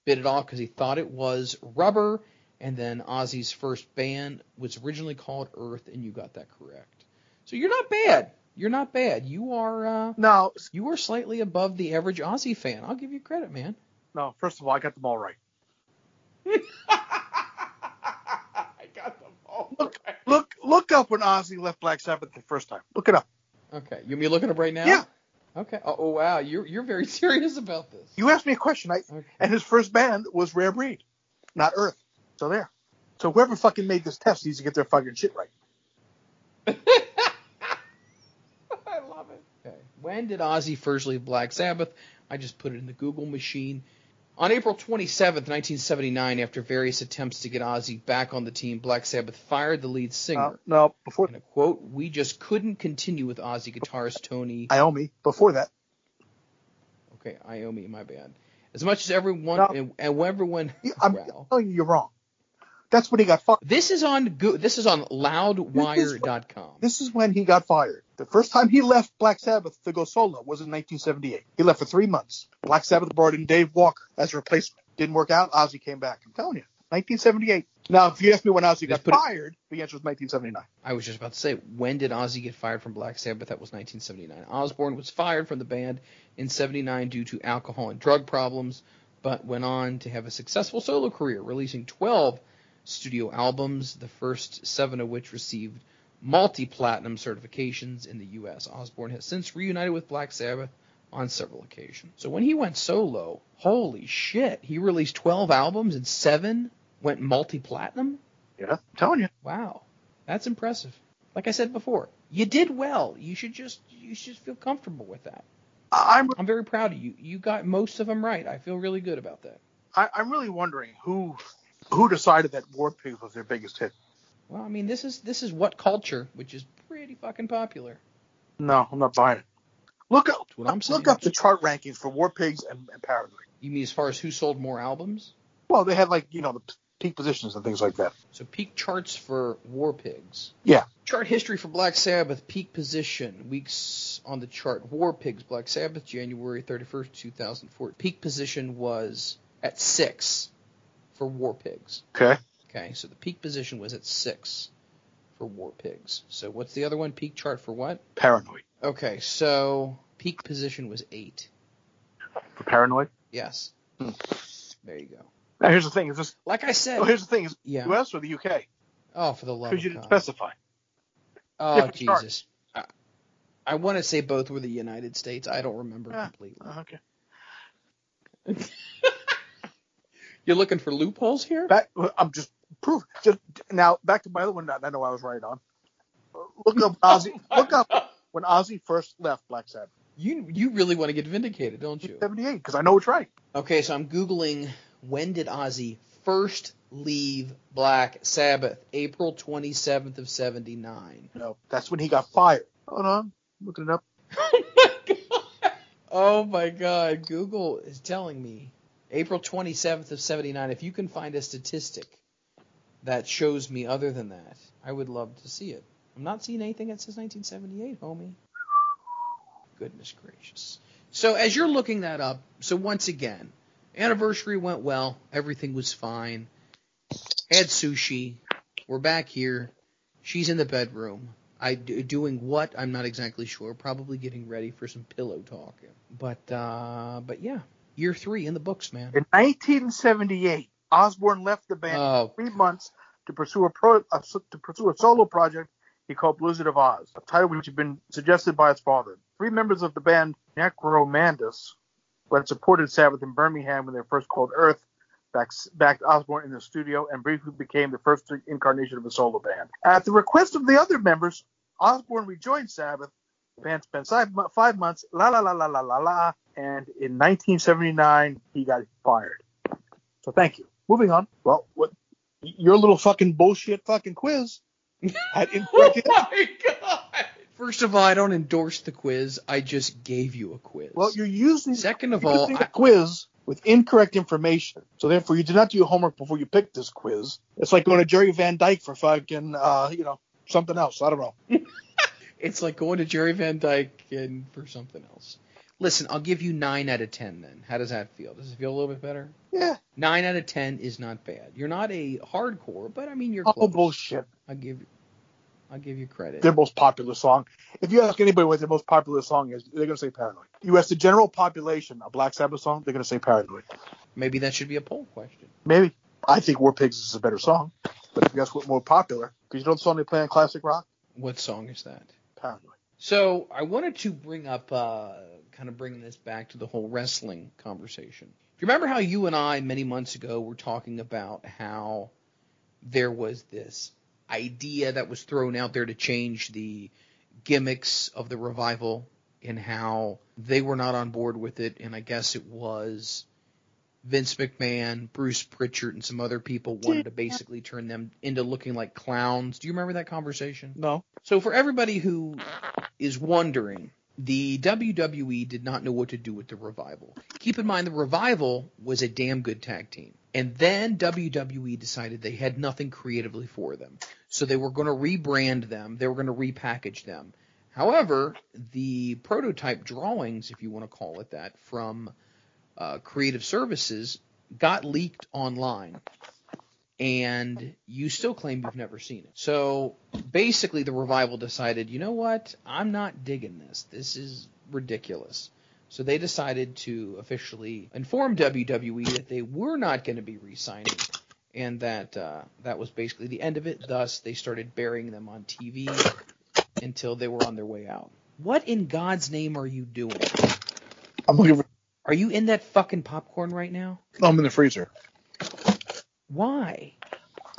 bit it off because he thought it was rubber. And then Ozzy's first band was originally called Earth, and you got that correct. So you're not bad. You're not bad. You are uh, Now, you are slightly above the average Ozzy fan. I'll give you credit, man. no, first of all, I got them all right. I got them all. right. Look, look up when Ozzy left Black Sabbath the first time. Look it up. Okay, you want me to look it up right now? Yeah. Okay. Oh, oh, wow, you're you're very serious about this. You asked me a question, I, Okay. and his first band was Rare Breed, not Earth. So there. So whoever fucking made this test needs to get their fucking shit right. I love it. Okay. When did Ozzy first leave Black Sabbath? I just put it in the Google machine. On April 27th, 1979, after various attempts to get Ozzy back on the team, Black Sabbath fired the lead No, singer. Uh, no, before In a quote, "We just couldn't continue with Ozzy guitarist Tony." Iomi, before that, Okay, Iomi, my bad. As much as everyone No. and, and everyone, I'm wow. telling you, you're wrong. That's when he got fired. This is on Go- this is on loudwire.com. This is when he got fired. The first time he left Black Sabbath to go solo was in 1978. He left for three months. Black Sabbath brought in Dave Walker as a replacement. Didn't work out. Ozzy came back. I'm telling you, 1978. Now, if you ask me when Just Ozzy got put it- fired, the answer was 1979. I was just about to say, when did Ozzy get fired from Black Sabbath? That was 1979. Osbourne was fired from the band in 79 due to alcohol and drug problems, but went on to have a successful solo career, releasing 12 studio albums, the first seven of which received multi platinum certifications in the U.S. Osbourne has since reunited with Black Sabbath on several occasions. So when he went solo, holy shit, he released 12 albums and seven went multi platinum? Yeah, I'm telling you. Wow, that's impressive. Like I said before, you did well. You should just you should just feel comfortable with that. I- I'm I'm very proud of you. You got most of them right. I feel really good about that. I, I'm really wondering who who decided that War Pigs was their biggest hit. Well, I mean, this is this is what culture, which is pretty fucking popular. No, I'm not buying it. Look up what I'm saying. look up the chart rankings for War Pigs and, and Paranoid. You mean as far as who sold more albums? Well, they had like you know the p- peak positions and things like that. So peak charts for War Pigs. Yeah. Chart history for Black Sabbath, peak position, weeks on the chart. War Pigs, Black Sabbath, January 31st, 2004. Peak position was at six for War Pigs. Okay. Okay, so the peak position was at six for War Pigs. So what's the other one? Peak chart for what? Paranoid Okay, so peak position was eight. for Paranoid. Yes. There you go. Now here's the thing: is this? Like I said, Hmm. Well, here's the thing: is yeah. U.S. or the U.K. Oh, for the love Because of you didn't God. specify. Oh, different chart. Jesus. I, I want to say both were the United States. I don't remember Yeah. completely. Okay. You're looking for loopholes here? Back, I'm just proof. Just now back to my other one. that I know I was right on. Look up Ozzy. look up when Ozzy first left Black Sabbath. You you really want to get vindicated, don't you? 78, because I know it's right. Okay, so I'm googling when did Ozzy first leave Black Sabbath? April 27th of 79. No, that's when he got fired. Hold on, I'm looking it up. Oh my god. Oh my god, Google is telling me April 27th of 79 if you can find a statistic that shows me other than that, I would love to see it. I'm not seeing anything that says 1978, homie. Goodness gracious. So as you're looking that up, so once again, anniversary went well, everything was fine. Had sushi. We're back here. She's in the bedroom. I do, doing what? I'm not exactly sure. Probably getting ready for some pillow talk. But uh, but yeah, year three in the books, man. In 1978, Osborne left the band Oh, for three months to pursue a pro, a, to pursue a solo project he called Blizzard of Oz, a title which had been suggested by its father. Three members of the band Necromandus, who had supported Sabbath in Birmingham when they were first called Earth, backs- backed Osborne in the studio and briefly became the first incarnation of a solo band. At the request of the other members, Osborne rejoined Sabbath. The band spent five, mo- five months, la la la la la la la, and in 1979 he got fired. So thank you. Moving on. Well, what your little fucking bullshit fucking quiz had incorrect Oh my god! First of all, I don't endorse the quiz. I just gave you a quiz. Well, you're using Second of you're all, using I, a quiz with incorrect information. So therefore, you did not do your homework before you picked this quiz. It's like going to Jerry Van Dyke for fucking, uh, you know, something else. I don't know. it's like going to Jerry Van Dyke and for something else. Listen, I'll give you nine out of ten. Then, how does that feel? Does it feel a little bit better? Yeah. Nine out of ten is not bad. You're not a hardcore, but I mean you're Oh close. bullshit. I give, I give you credit. Their most popular song. If you ask anybody what their most popular song is, they're gonna say Paranoid. You ask the general population a Black Sabbath song, they're gonna say Paranoid. Maybe that should be a poll question. Maybe. I think War Pigs is a better song, but if you ask what more popular, because you know the song they play in classic rock, What song is that? Paranoid. So I wanted to bring up, uh, kind of bring this back to the whole wrestling conversation. Do you remember how you and I many months ago were talking about how there was this idea that was thrown out there to change the gimmicks of the revival and how they were not on board with it, and I guess it was Vince McMahon, Bruce Pritchard, and some other people wanted to basically turn them into looking like clowns. Do you remember that conversation? No. So for everybody who is wondering, the WWE did not know what to do with the revival. Keep in mind the revival was a damn good tag team. And then WWE decided they had nothing creatively for them. So they were going to rebrand them, they were going to repackage them. However, the prototype drawings, if you want to call it that, from uh, Creative Services got leaked online. And you still claim you've never seen it. So basically the revival decided, you know what? I'm not digging this. This is ridiculous. So they decided to officially inform WWE that they were not going to be re-signing, and that uh, that was basically the end of it. Thus, they started burying them on TV until they were on their way out. What in God's name are you doing? I'm looking for. Are you in that fucking popcorn right now? I'm in the freezer. Why?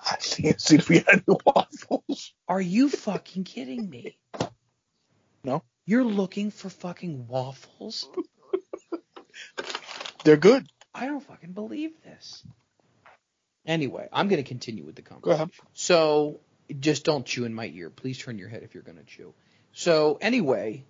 I can't see if we had any waffles. Are you fucking kidding me? No. You're looking for fucking waffles? They're good. I don't fucking believe this. Anyway, I'm going to continue with the Go conversation. ahead. So just don't chew in my ear. Please turn your head if you're going to chew. So anyway,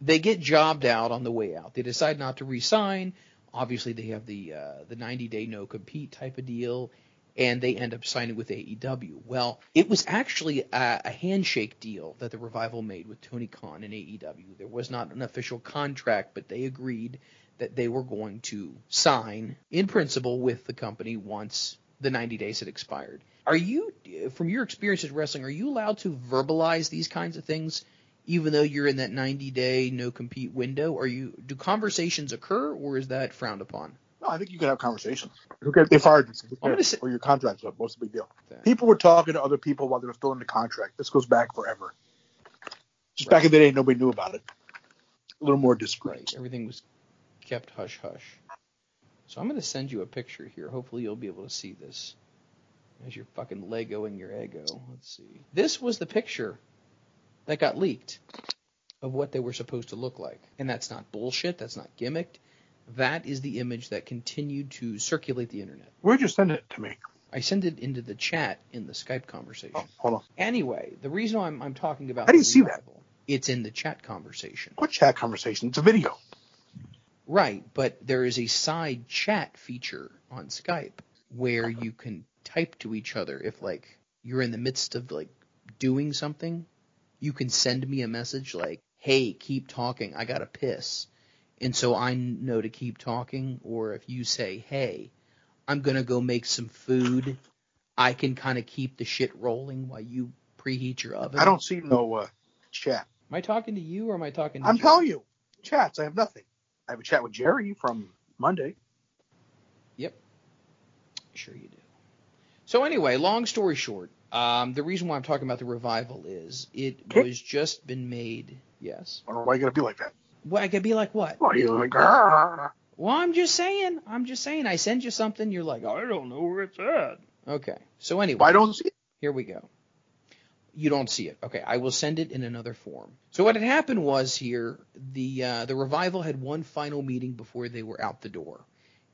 they get jobbed out on the way out. They decide not to resign. Obviously, they have the uh, the 90 day no compete type of deal, and they end up signing with AEW. Well, it was actually a, a handshake deal that the revival made with Tony Khan and AEW. There was not an official contract, but they agreed that they were going to sign in principle with the company once the 90 days had expired. Are you, from your experience at wrestling, are you allowed to verbalize these kinds of things, even though you're in that 90 day no compete window? Are you do conversations occur, or is that frowned upon? No, I think you can have conversations. Who cares? They fired you. Who I'm gonna cares? say- or your contract's up. What's the big deal? People were talking to other people while they were still in the contract. This goes back forever. Just back in the day, nobody knew about it. A little more discreet. Right, everything was kept hush hush. So I'm going to send you a picture here. Hopefully you'll be able to see this. As you're fucking legoing your ego. Let's see. This was the picture that got leaked of what they were supposed to look like. And that's not bullshit. That's not gimmicked. That is the image that continued to circulate the internet. Where'd you send it to me? I sent it into the chat in the Skype conversation. Oh, hold on. Anyway, the reason I'm, I'm talking about How the do you see that? revival, It's in the chat conversation. What chat conversation? It's a video. Right, but there is a side chat feature on Skype where you can type to each other if like you're in the midst of like doing something, you can send me a message like, "Hey, keep talking. I got to piss." And so I know to keep talking or if you say, "Hey, I'm going to go make some food." I can kind of keep the shit rolling while you preheat your oven. I don't see no uh, chat. Am I talking to you or am I talking to I'm Joe? telling you, chats. I have nothing. I have a chat with Jerry from Monday. Sure you do. So anyway, long story short, Um, the reason why I'm talking about the revival is it was just been made. Yes. I don't know why you gotta be like that. Well, I could be like what? Why are you like? "Ah." "Argh." Well, I'm just saying. I'm just saying. I send you something. You're like, I don't know where it's at. Okay. So anyway. Why don't you? Here we go. You don't see it. Okay, I will send it in another form. So what had happened was here the uh, the revival had one final meeting before they were out the door,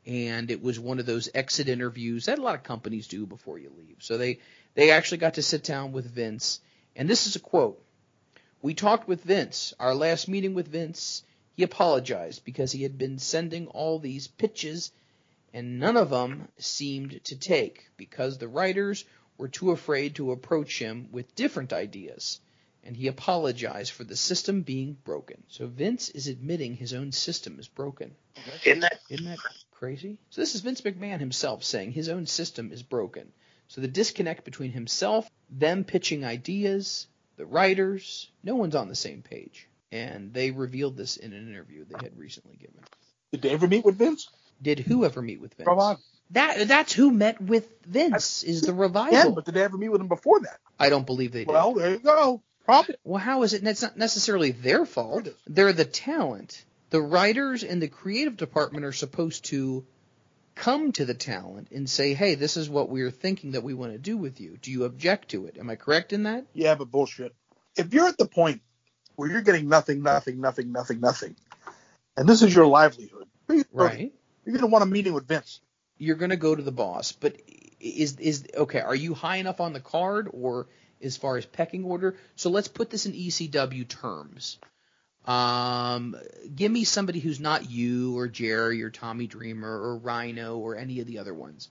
and it was one of those exit interviews that a lot of companies do before you leave. So they they actually got to sit down with Vince, and this is a quote. We talked with Vince. Our last meeting with Vince, he apologized because he had been sending all these pitches, and none of them seemed to take because the writers were too afraid to approach him with different ideas, and he apologized for the system being broken. So Vince is admitting his own system is broken. Isn't that? Isn't that crazy? So this is Vince McMahon himself saying his own system is broken. So the disconnect between himself, them pitching ideas, the writers, no one's on the same page. And they revealed this in an interview they had recently given. Did they ever meet with Vince? Did who ever meet with Vince? Come on. That that's who met with Vince is the revival. Yeah, but did they ever meet with him before that? I don't believe they did. Well, there you go. Probably. Well, how is it? That's not necessarily their fault. It is. They're the talent. The writers and the creative department are supposed to come to the talent and say, "Hey, this is what we're thinking that we want to do with you. Do you object to it? Am I correct in that?" Yeah, but bullshit. If you're at the point where you're getting nothing, nothing, nothing, nothing, nothing, and this is your livelihood, you're gonna- Right. You're going to want a meeting with Vince. You're going to go to the boss, but is is okay? Are you high enough on the card, or as far as pecking order? So let's put this in ECW terms. Um, give me somebody who's not you or Jerry or Tommy Dreamer or Rhino or any of the other ones.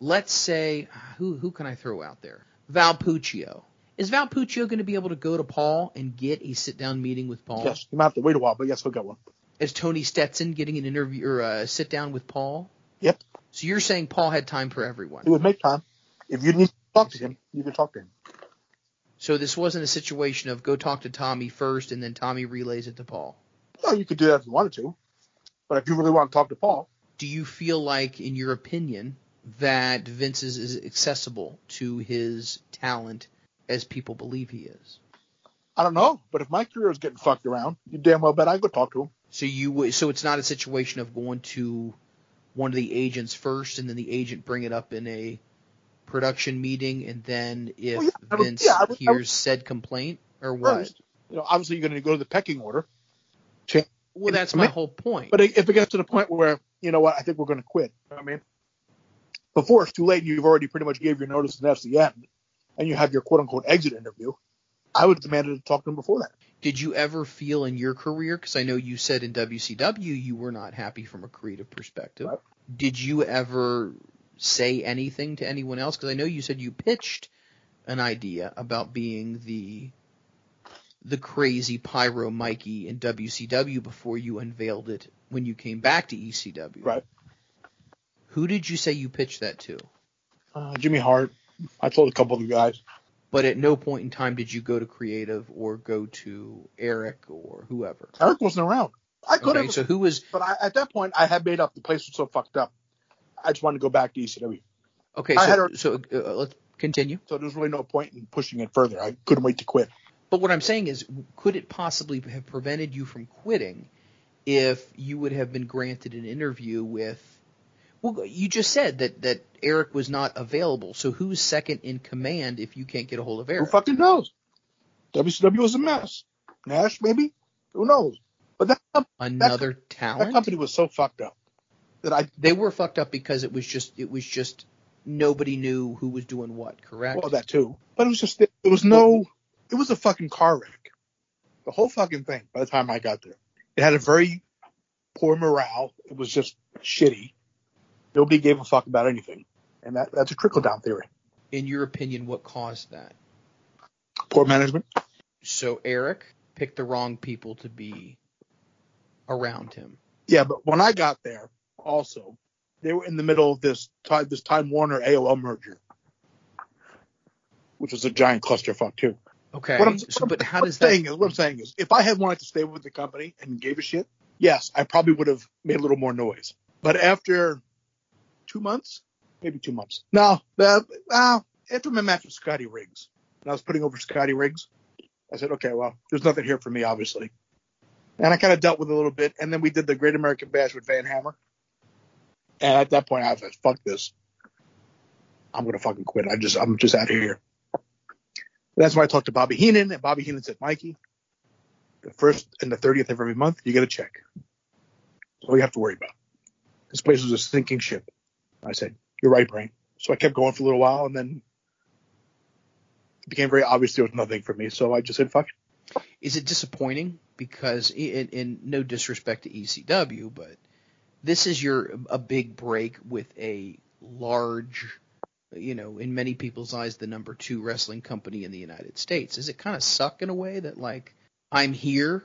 Let's say who who can I throw out there? Valpuccio. Is Valpuccio going to be able to go to Paul and get a sit down meeting with Paul? Yes, you might have to wait a while, but yes, he'll get one. Is Tony Stetson getting an interview or a sit down with Paul? Yep. So you're saying Paul had time for everyone. He would make time. If you need to talk to him, you can talk to him. So this wasn't a situation of go talk to Tommy first and then Tommy relays it to Paul. Well, you could do that if you wanted to. But if you really want to talk to Paul, Do you feel like, in your opinion, that Vince is, is accessible to his talent as people believe he is? I don't know. But if my career is getting fucked around, you damn well bet I go talk to him. So you would- so it's not a situation of going to one of the agents first and then the agent bring it up in a production meeting and then if Well, Oh, yeah, I would- Vince yeah, I would- I hears would- said complaint or what? First, you know, obviously you're going to go to the pecking order. Cha- Well, And that's I my mean- whole point. But if it gets to the point where you know what, I think we're going to quit. You know what I mean, before it's too late, and you've already pretty much gave your notice, and that's the end. And you have your quote unquote exit interview. I would demand to talk to him before that. did you ever feel in your career because i know you said in wcw you were not happy from a creative perspective Right. did you ever say anything to anyone else because i know you said you pitched an idea about being the the crazy pyro mikey in wcw before you unveiled it when you came back to ecw Right. who did you say you pitched that to Uh, Jimmy Hart. I told a couple of the guys. but at no point in time did you go to creative or go to eric or whoever Eric wasn't around. I could okay have, so who was but I, at that point, I had made up. The place was so fucked up. I just wanted to go back to E ECW. Okay, I had so, so uh, let's continue. So there's really no point in pushing it further. I couldn't wait to quit. But what I'm saying is, could it possibly have prevented you from quitting if you would have been granted an interview with? Well, you just said that that Eric was not available. So who's second in command if you can't get a hold of Who Eric? fucking knows? WCW was a mess. Nash, maybe? Who knows? But that, comp- Another that talent. company was so fucked up that I They were fucked up because it was just it was just nobody knew who was doing what. Correct. well that too. But it was just it was no. It was a fucking car wreck. The whole fucking thing. By the time I got there, it had a very poor morale. It was just shitty. Nobody gave a fuck about anything, and that, that's a trickle down theory. in your opinion, what caused that? Poor management. So Eric picked the wrong people to be around him. Yeah, but when I got there, also they were in the middle of this time this Time Warner AOL merger, which was a giant clusterfuck too. Okay. What I'm- so, but how what does I'm that? saying is what I'm saying is if I had wanted to stay with the company and gave a shit, yes, I probably would have made a little more noise. But after two months, maybe two months, no, uh, uh, after my match with Scotty Riggs, and I was putting over Scotty Riggs, I said, okay, well, there's nothing here for me, obviously. And I kind of dealt with it a little bit, and then we did the Great American Bash with Van Hammer. And at that point, I was like, fuck this. I'm gonna fucking quit. I just, I'm just out of here. That's why I talked to Bobby Heenan, and Bobby Heenan said, Mikey, the first and the 30th of every month, you get a check. That's all you have to worry about. This place was a sinking ship. I said, You're right, Brain. So I kept going for a little while, and then it became very obvious there was nothing for me. So I just said, Fuck. it. Is it disappointing? Because, i- in, in no disrespect to ECW, but this is your a big break with a large, you know, in many people's eyes, the number two wrestling company in the United States. Does it kind of suck in a way that like I'm here,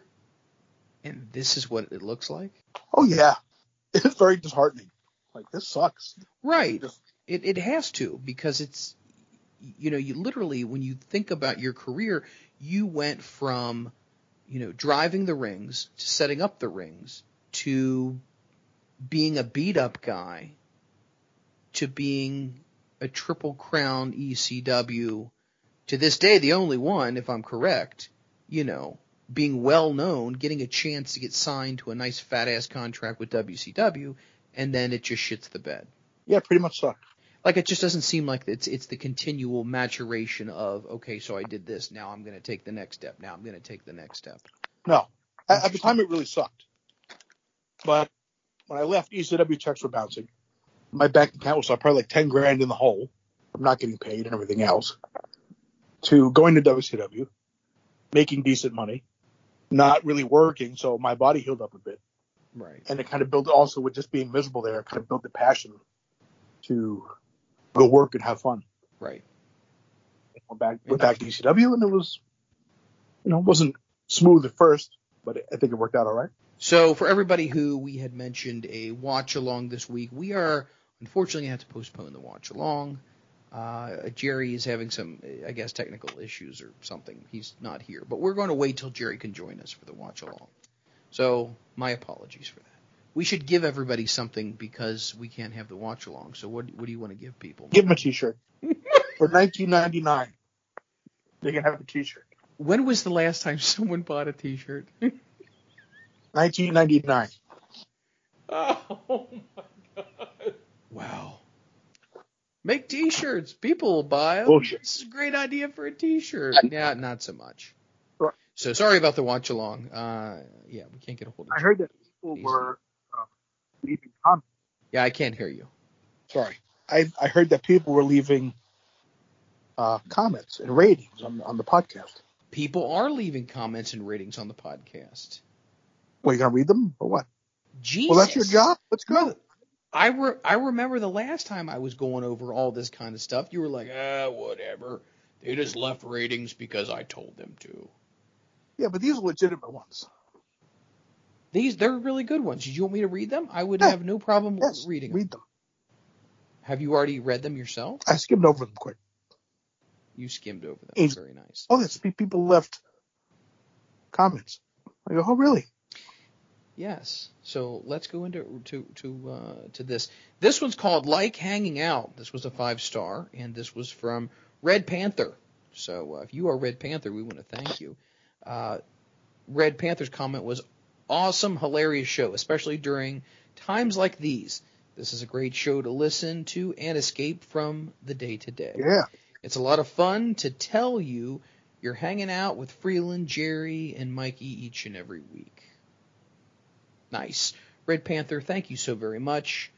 and this is what it looks like? Oh, yeah. It's very disheartening. Like, this sucks. Right. It it has to because it's you know, you literally when you think about your career, you went from you know, driving the rings to setting up the rings to being a beat up guy to being a triple crown ECW to this day the only one if I'm correct, you know, being well known, getting a chance to get signed to a nice fat ass contract with WCW and then it just shits the bed Yeah, pretty much sucks. like it just doesn't seem like it's it's the continual maturation of okay, so I did this, now I'm going to take the next step, now I'm going to take the next step. No. At, at the time, it really sucked. But when I left, ECW checks were bouncing. My bank account was probably like 10 grand in the hole. I'm not getting paid and everything else. To going to WCW, making decent money, not really working, so my body healed up a bit. Right. And it kind of built also with just being miserable there, it kind of built the passion to go work and have fun. Right. We're back, we're back to ECW, and it was, you know, it wasn't smooth at first, but I think it worked out all right. So for everybody who we had mentioned a watch along this week, we are unfortunately gonna have to postpone the watch along. Uh, Jerry is having some, I guess, technical issues or something. He's not here, but we're going to wait till Jerry can join us for the watch along. So my apologies for that. We should give everybody something because we can't have the watch along. So what what do you want to give people? Give him a T-shirt for 19.99. They can have a T-shirt. When was the last time someone bought a T-shirt? 19.99. oh my god! Wow. Make T-shirts. People will buy them. Bullshit. This is a great idea for a T-shirt. Yeah, not so much. Right. So sorry about the watch along. Uh, yeah, we can't get a hold of. I heard that people were uh, leaving comments. Yeah, I can't hear you. Sorry, I I heard that people were leaving uh, comments and ratings on on the podcast. People are leaving comments and ratings on the podcast. Well, you gonna read them or what? Jesus. Well, that's your job. Let's go. Brother, I re- I remember the last time I was going over all this kind of stuff. You were like, ah, whatever. They just left ratings because I told them to. Yeah, but these are legitimate ones. These they're really good ones. Did you want me to read them? I would Yeah. have no problem Yes, reading them. Read them. Have you already read them yourself? I skimmed over them quick. You skimmed over them. Yes. Very nice. Oh, that's pe- people left comments. I go, oh really? Yes. So let's go into to to uh, to this. This one's called "Like Hanging Out." This was a five star, and this was from Red Panther. So uh, if you are Red Panther, we want to thank you. Uh, Red Panther's comment was awesome, hilarious show, especially during times like these. This is a great show to listen to and escape from the day to day. Yeah. It's a lot of fun to tell you you're hanging out with Freeland, Jerry, and Mikey each and every week. Nice. Red Panther, thank you so very much.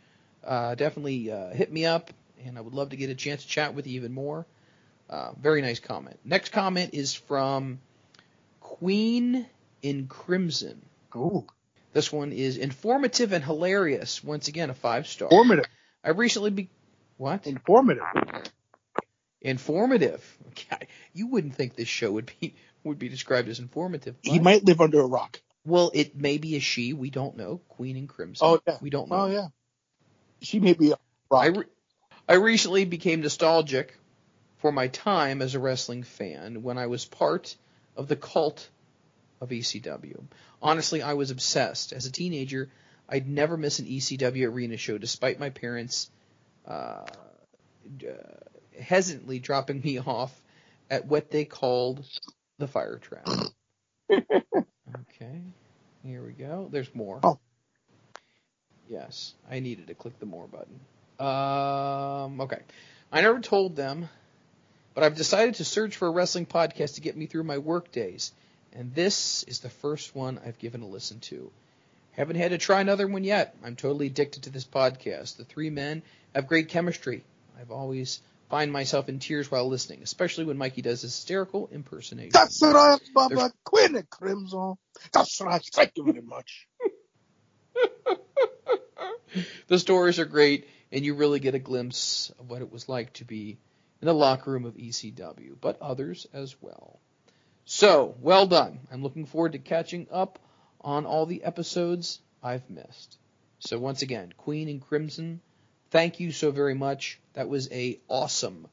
Uh, definitely uh, hit me up, and I would love to get a chance to chat with you even more. Uh, very nice comment. Next comment is from Queen in Crimson. Ooh, This one is informative and hilarious. Once again, a five star. informative. I recently be what? Informative. informative. Okay. You wouldn't think this show would be would be described as informative. He but- might live under a rock. Well, it may be a she. We don't know. Queen and Crimson. Oh yeah. we don't know. Oh yeah. She may be a rock. I, re- I recently became nostalgic for my time as a wrestling fan when I was part of the cult of ECW. Honestly, I was obsessed. As a teenager, I'd never E miss an ECW arena show despite my parents uh, d- uh, hesitantly dropping me off at what they called the fire trap. okay, here we go. There's more. Oh. Yes, I needed to click the more button. Um, okay. I never told them, but I've decided to search for a wrestling podcast to get me through my work days, and this is the first one I've given a listen to. Haven't had to try another one yet. I'm totally addicted to this podcast. The three men have great chemistry. I've always find myself in tears while listening, especially when Mikey does hysterical impersonations. That's right, Baba Quinn Crimson. That's right. Thank you very much. the stories are great, and you really get a glimpse of what it was like to be in the locker room of ECW, but others as well. So, well done. I'm looking forward to catching up on all the episodes I've missed. So, once again, Queen and Crimson, thank you so very much. That was a awesome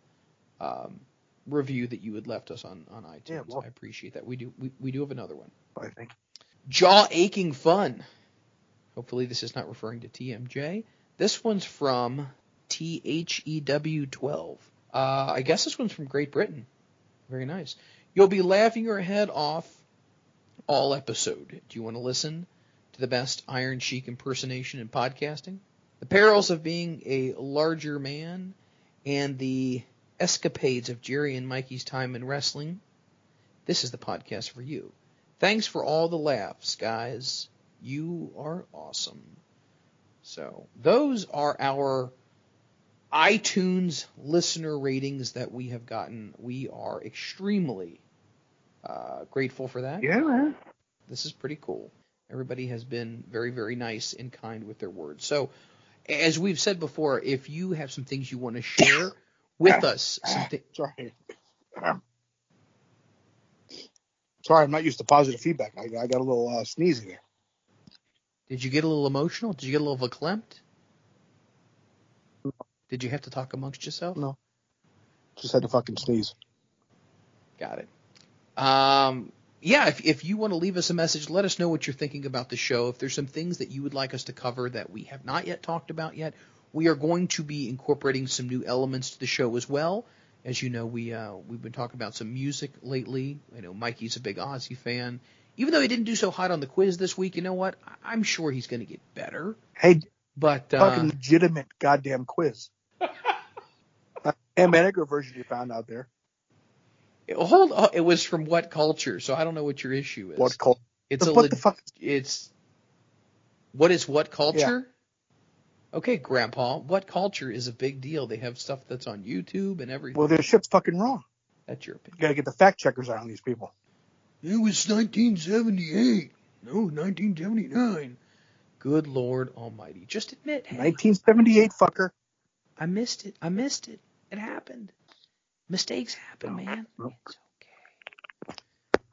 um, review that you had left us on, on iTunes. Yeah, well- I appreciate that. We do we, we do have another one. I think. Jaw aching fun. Hopefully, this is not referring to TMJ. This one's from THEW12. Uh, I guess this one's from Great Britain. Very nice. You'll be laughing your head off all episode. Do you want to listen to the best Iron Sheik impersonation in podcasting? The perils of being a larger man and the escapades of Jerry and Mikey's time in wrestling. This is the podcast for you. Thanks for all the laughs, guys. You are awesome. So, those are our iTunes listener ratings that we have gotten. We are extremely uh, grateful for that. Yeah, man. This is pretty cool. Everybody has been very, very nice and kind with their words. So, as we've said before, if you have some things you want to share with us, some thi- Sorry. Um, Sorry, I'm not used to positive feedback. I, I got a little uh, sneezy there. Did you get a little emotional? Did you get a little verklempt? Did you have to talk amongst yourself? No. Just had to fucking sneeze. Got it. Um, yeah, if, if you want to leave us a message, let us know what you're thinking about the show. If there's some things that you would like us to cover that we have not yet talked about yet, we are going to be incorporating some new elements to the show as well. As you know, we uh, we've been talking about some music lately. I know Mikey's a big Ozzy fan. Even though he didn't do so hot on the quiz this week, you know what? I- I'm sure he's going to get better. Hey, But uh, fucking legitimate goddamn quiz. Uh, and Edgar version you found out there. It- uh, Hold on. It was from what culture? So I don't know what your issue is. What called? It's a What leg- the fuck? it's what is what culture? Okay, Grandpa. What culture is a big deal? They have stuff that's on YouTube and everything. Well, their shit's fucking wrong. that's your You opinion. gotta get the fact checkers out on these people. It was 1978. No, 1979. Good Lord Almighty! Just admit, hey, 1978, fucker. I missed it. I missed it. It happened. Mistakes happen, man. no. It's okay.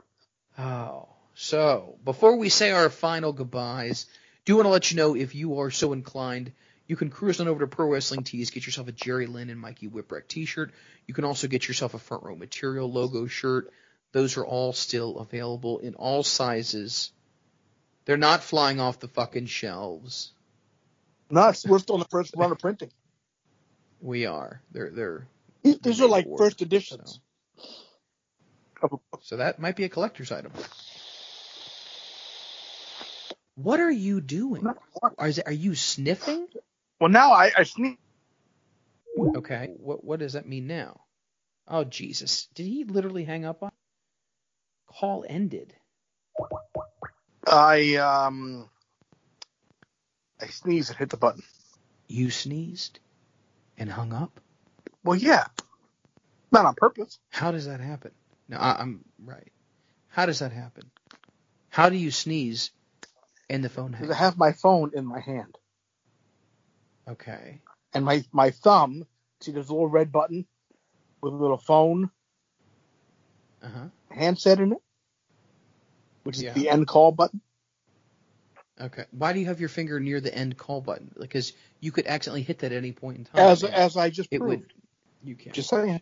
Oh, so before we say our final goodbyes, do want to let you know if you are so inclined, you can cruise on over to Pro Wrestling Tees, get yourself a Jerry Lynn and Mikey Whipwreck T-shirt. You can also get yourself a Front Row Material logo shirt. Those are all still available in all sizes. They're not flying off the fucking shelves. No, it's- we're still on the first run of printing. We are. They're they're These, these are like Award, first editions. of a book. So that might be a collector's item. What are you doing? Are, is- are you sniffing? Well, now I, I sneeze. Okay. What what does that mean now? Oh Jesus! Did he literally hang up on? Call ended. I um, I sneeze and hit the button. You sneezed and hung up. Well, yeah, not on purpose. How does that happen? No, I, I'm right. How does that happen? How do you sneeze and the phone hangs? Because I have my phone in my hand Okay. and my my thumb. See, there's a little red button with a little phone Uh huh. handset in it, which is Yeah. the end call button. Okay. Why do you have your finger near the end call button? Because you could accidentally hit that at any point in time. As man. as I just Oh, it proved. would. You can. Just saying.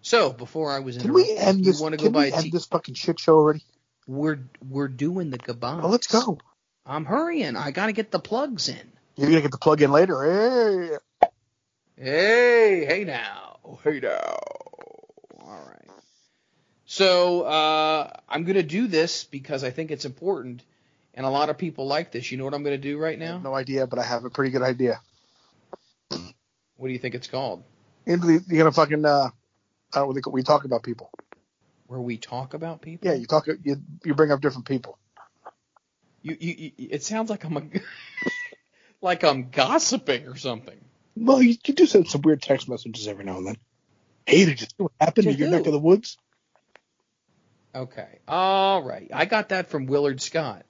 so before I was Can we interrupted, end you this? want to go can by we a end tea- this fucking shit show already? We're we're doing the goodbyes. Well, let's go. I'm hurrying. I gotta get the plugs in. Eh, You're gonna get the plug in later. Hey. Hey, hey now. Hey now. All right. So uh, I'm going to do this because I think it's important, and a lot of people like this. You know what I'm going to do right I have now? no idea, but I have a pretty good idea. What do you think it's called? And the- You're gonna fucking uh, I don't think we talk about people. Where we talk about people? Yeah, you talk you you bring up different people. You, you, you, it sounds like I'm a, like I'm gossiping or something. Well, you, you do send some weird text messages every now and then. Hey, did you see what happened To in your who? neck of the woods? Okay. All right. I got that from Willard Scott.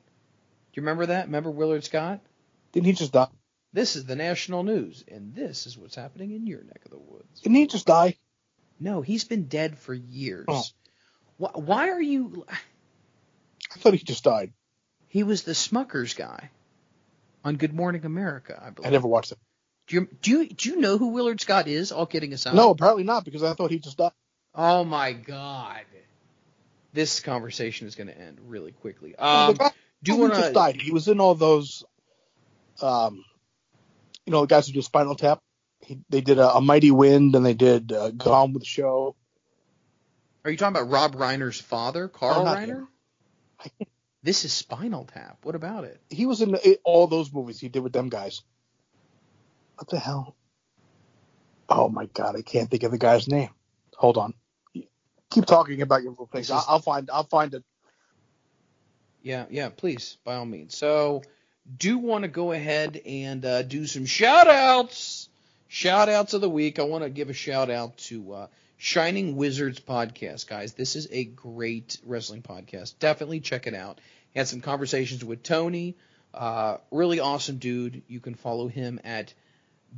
Do you remember that? Remember Willard Scott? Didn't he just die? This is the national news, and this is what's happening in your neck of the woods. Didn't he just die? No, he's been dead for years. Oh. Why, why are you? I thought he just died. He was the Smuckers guy on Good Morning America, I believe. I never watched it. do, you, do you do you know who Willard Scott is? All kidding aside. No, apparently not, because I thought he just died. Oh my God. This conversation is going to end really quickly. The Um, guy do you who want just to? died. He was in all those, um, you know, the guys who do Spinal Tap. He, they did a, a Mighty Wind, and they did uh, Gone with the Show. Are you talking about Rob Reiner's father, Carl No, Oh, not Reiner? him. I- This is Spinal Tap. What about it? He was in i all those movies. He did with them guys. What the hell? Oh my god, I can't think of the guy's name. Hold on. Keep talking about your little things. This is- I- I'll find. I'll find it. Yeah, yeah. Please, by all means. So, do want to go ahead and uh, do some shout outs. Shout outs of the week. I want to give a shout out to uh, Shining Wizards podcast, guys. This is a great wrestling podcast. Definitely check it out. Had some conversations with Tony. Uh, really awesome dude. You can follow him at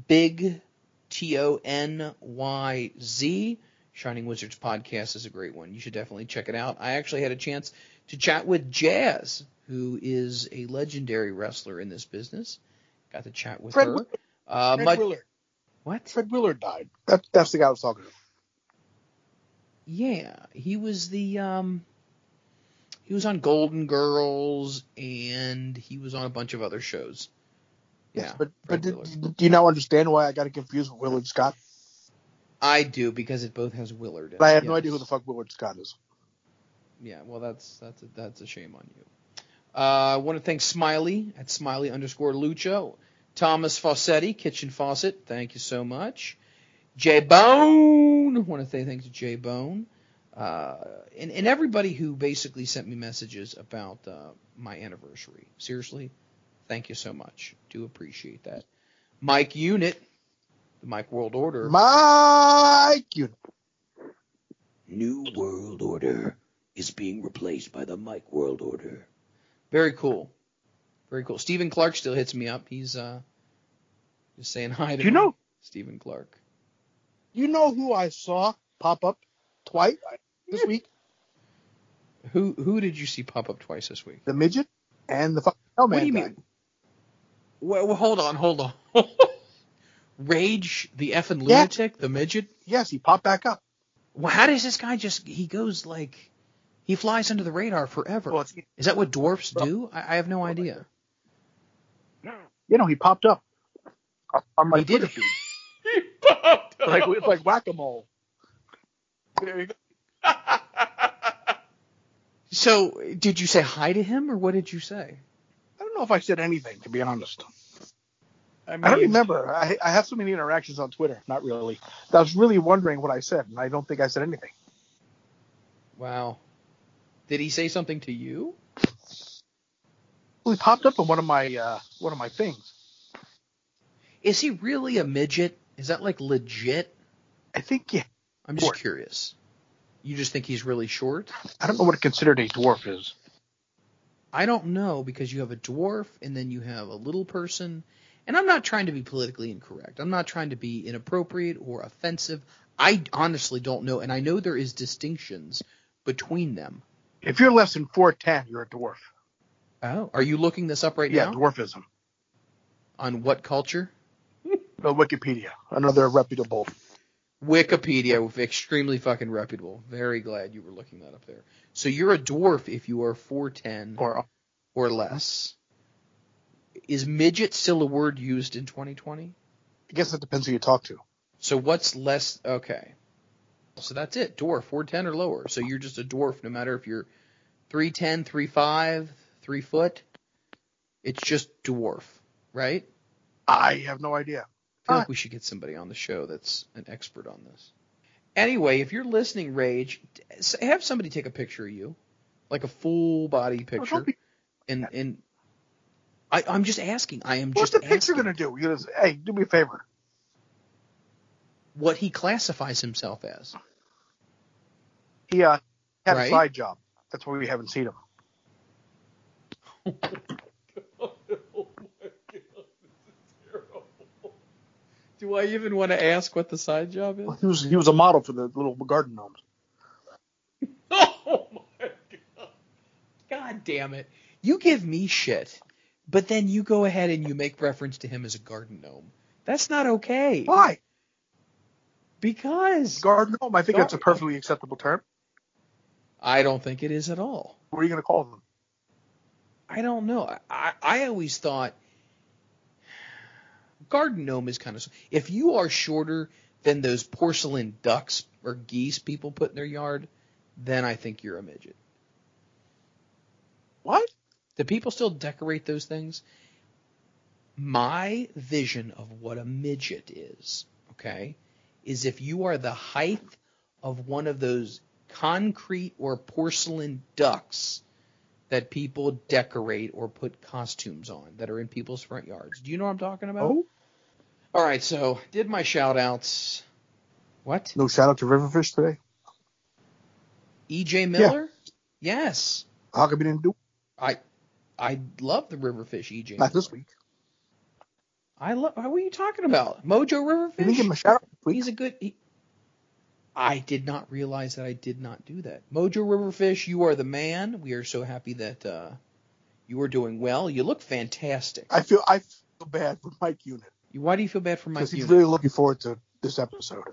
Big T O N Y Z. Shining Wizards podcast is a great one. You should definitely check it out. I actually had a chance to chat with Jazz, who is a legendary wrestler in this business. Got to chat with Fred her. Willard. Uh, Fred much- Willard. what? Fred Willard died. That, that's the guy I was talking about. Yeah, he was the um, he was on Golden Girls and he was on a bunch of other shows. Yes, yeah, but Fred but do, Willard. do you now understand why I got it confused with Willard Scott? I do because it both has Willard. in But I it, have no yes. idea who the fuck Willard Scott is. Yeah, well, that's that's a, that's a shame on you. Uh, I want to thank Smiley at Smiley underscore Lucho, Thomas Fawcetti, Kitchen Faucet. Thank you so much. J Bone. I want to say thanks to J Bone. Uh, and, and everybody who basically sent me messages about uh, my anniversary. Seriously, thank you so much. Do appreciate that. Mike Unit, the Mike World Order. Mike, you. New World Order is being replaced by the Mike World Order. Very cool. Very cool. Stephen Clark still hits me up. He's uh just saying hi to You me. know- Stephen Clark. You know who I saw pop up twice this week? Who who did you see pop up twice this week? The midget and the fucking Hellman what do you guy. mean? Well, well, hold on, hold on. Rage, the effing Yeah. lunatic, the midget. Yes, he popped back up. Well, how does this guy just? He goes like, he flies under the radar forever. Well, it's- is that what dwarfs do? I, I have no idea. You know, he popped up. On my He did. Twitter feed. like it's like whack a mole. There you go. So, did you say hi to him, or what did you say? I don't know if I said anything to be honest. I don't remember. I, I have so many interactions on Twitter. Not really. I was really wondering what I said, and I don't think I said anything. Wow. Did he say something to you? Well, he popped up on one of my uh, one of my things. Is he really a midget? Is that like legit? I think yeah. I'm just Short. curious. You just think he's really short? I don't know what considered a dwarf is. I don't know because you have a dwarf and then you have a little person. And I'm not trying to be politically incorrect. I'm not trying to be inappropriate or offensive. I honestly don't know, and I know there is distinctions between them. If you're less than four ten, you're a dwarf. Oh, are you looking this up right yeah, now? dwarfism. On what culture? No, Wikipedia, another reputable. Wikipedia, with extremely fucking reputable. Very glad you were looking that up there. So you're a dwarf if you are 4'10 or, Or or less. Is midget still a word used in 2020? I guess it depends who you talk to. So what's less? Okay. So that's it. Dwarf, 410 or lower. So you're just a dwarf, no matter if you're 310, 35, 3 foot. It's just dwarf, right? I have no idea. I feel like we should get somebody on the show that's an expert on this. Anyway, if you're listening, Rage, t- s- have somebody take a picture of you, like a full body Oh, don't picture, be- and and I, I'm just asking. I am What's just the picture asking going to do? You're going to say, hey, do me a favor. what he classifies himself as. He uh, had Right. a side job. That's why we haven't seen him. Do I even want to ask what the side job is? Well, he was he was a model for the little garden gnomes. Oh my god. God damn it. You give me shit, but then you go ahead and you make reference to him as a garden gnome. That's not okay. Why Because garden gnome? I think that's a Sorry. perfectly acceptable term. I don't think it is at all. What are you going to call them? I don't know. I- I, I always thought garden gnome is kind of if you are shorter than those porcelain ducks or geese people put in their yard, then I think you're a midget. What? Do people still decorate those things? My vision of what a midget is, okay, is if you are the height of one of those concrete or porcelain ducks that people decorate or put costumes on that are in people's front yards. Do you know what I'm talking about? Oh. All right, so did my shout outs. What? No shout out to Riverfish today. EJ E Miller? Yes. How come you didn't do it? I I love the Riverfish EJ. not this Miller. week? I love. What are you talking about? Mojo You didn't give him Riverfish. a shout out this week. He's a good. He, I did not realize that I did not do that. Mojo Riverfish, you are the man. We are so happy that uh, you are doing well. You look fantastic. I feel I feel bad for Mike Unit Why do you feel bad for Mike? because he's Unit? really looking forward to this episode.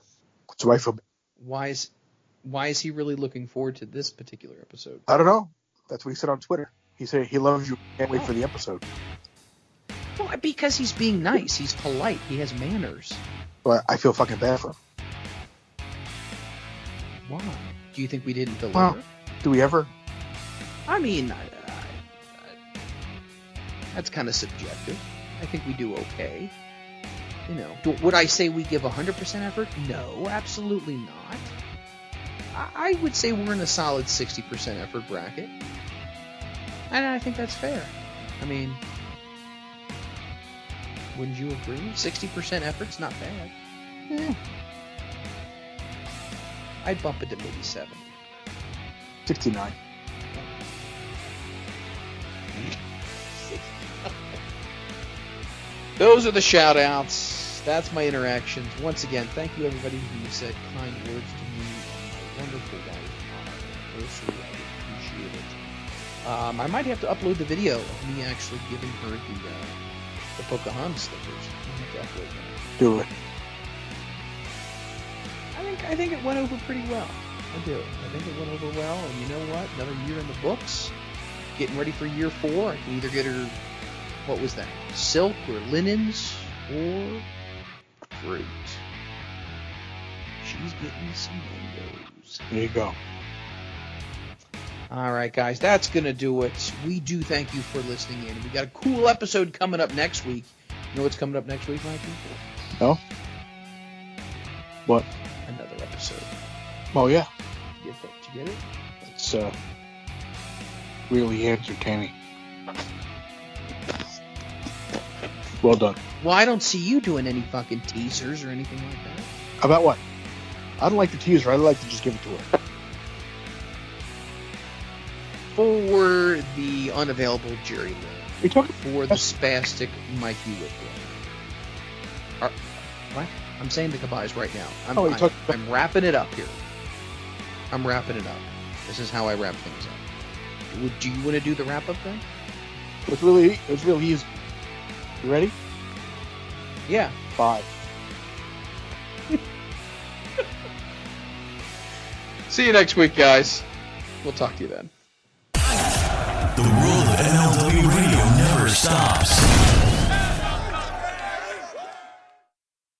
So I feel bad. why is why is he really looking forward to this particular episode? I don't know. That's what he said on Twitter. He said he loves you. Can't wait for the episode. Well, because he's being nice. He's polite. He has manners. But I feel fucking bad for him. Why? Do you think we didn't deliver? Well- Do we ever? I mean, I, I, I, that's kind of subjective. I think we do okay. You know, do, would I say we give 100% effort? No, absolutely not. I, I would say we're in a solid 60% effort bracket. And I think that's fair. I mean, wouldn't you agree? 60% effort's not bad. Eh. I'd bump it to maybe 70. 69. Those are the shout outs. That's my interactions. Once again, thank you everybody who said kind words to me and my wonderful wife on our anniversary. I appreciate it. Um, I might have to upload the video of me actually giving her the uh, the Pocahontas stickers. I have to upload that. Do it. I think I think it went over pretty well. I do. I think it went over well, and you know what? Another year in the books. Getting ready for year four. I can either get her what was that? Silk or linens or fruit. She's getting some windows. There you go. All right, guys, that's going to do it. We do thank you for listening in. We got a cool episode coming up next week. You know what's coming up next week, Mikey? No? What? Another episode. Oh yeah. Did you get that? Did you get it? It's uh, really entertaining. Well done. Well, I don't see you doing any fucking teasers or anything like that. About what? I don't like the teaser. I like to just give it to her. For the unavailable Jerry Lynn. Are you talking? for the spastic Mikey Whipwreck. Are, what? I'm saying the goodbyes right now. I'm, Oh, you I'm, talked- I'm wrapping it up here. I'm wrapping it up. This is how I wrap things up. Would, do you want to do the wrap up then? It's really, it's really easy. You ready? Yeah. Five. See you next week, guys. We'll talk to you then.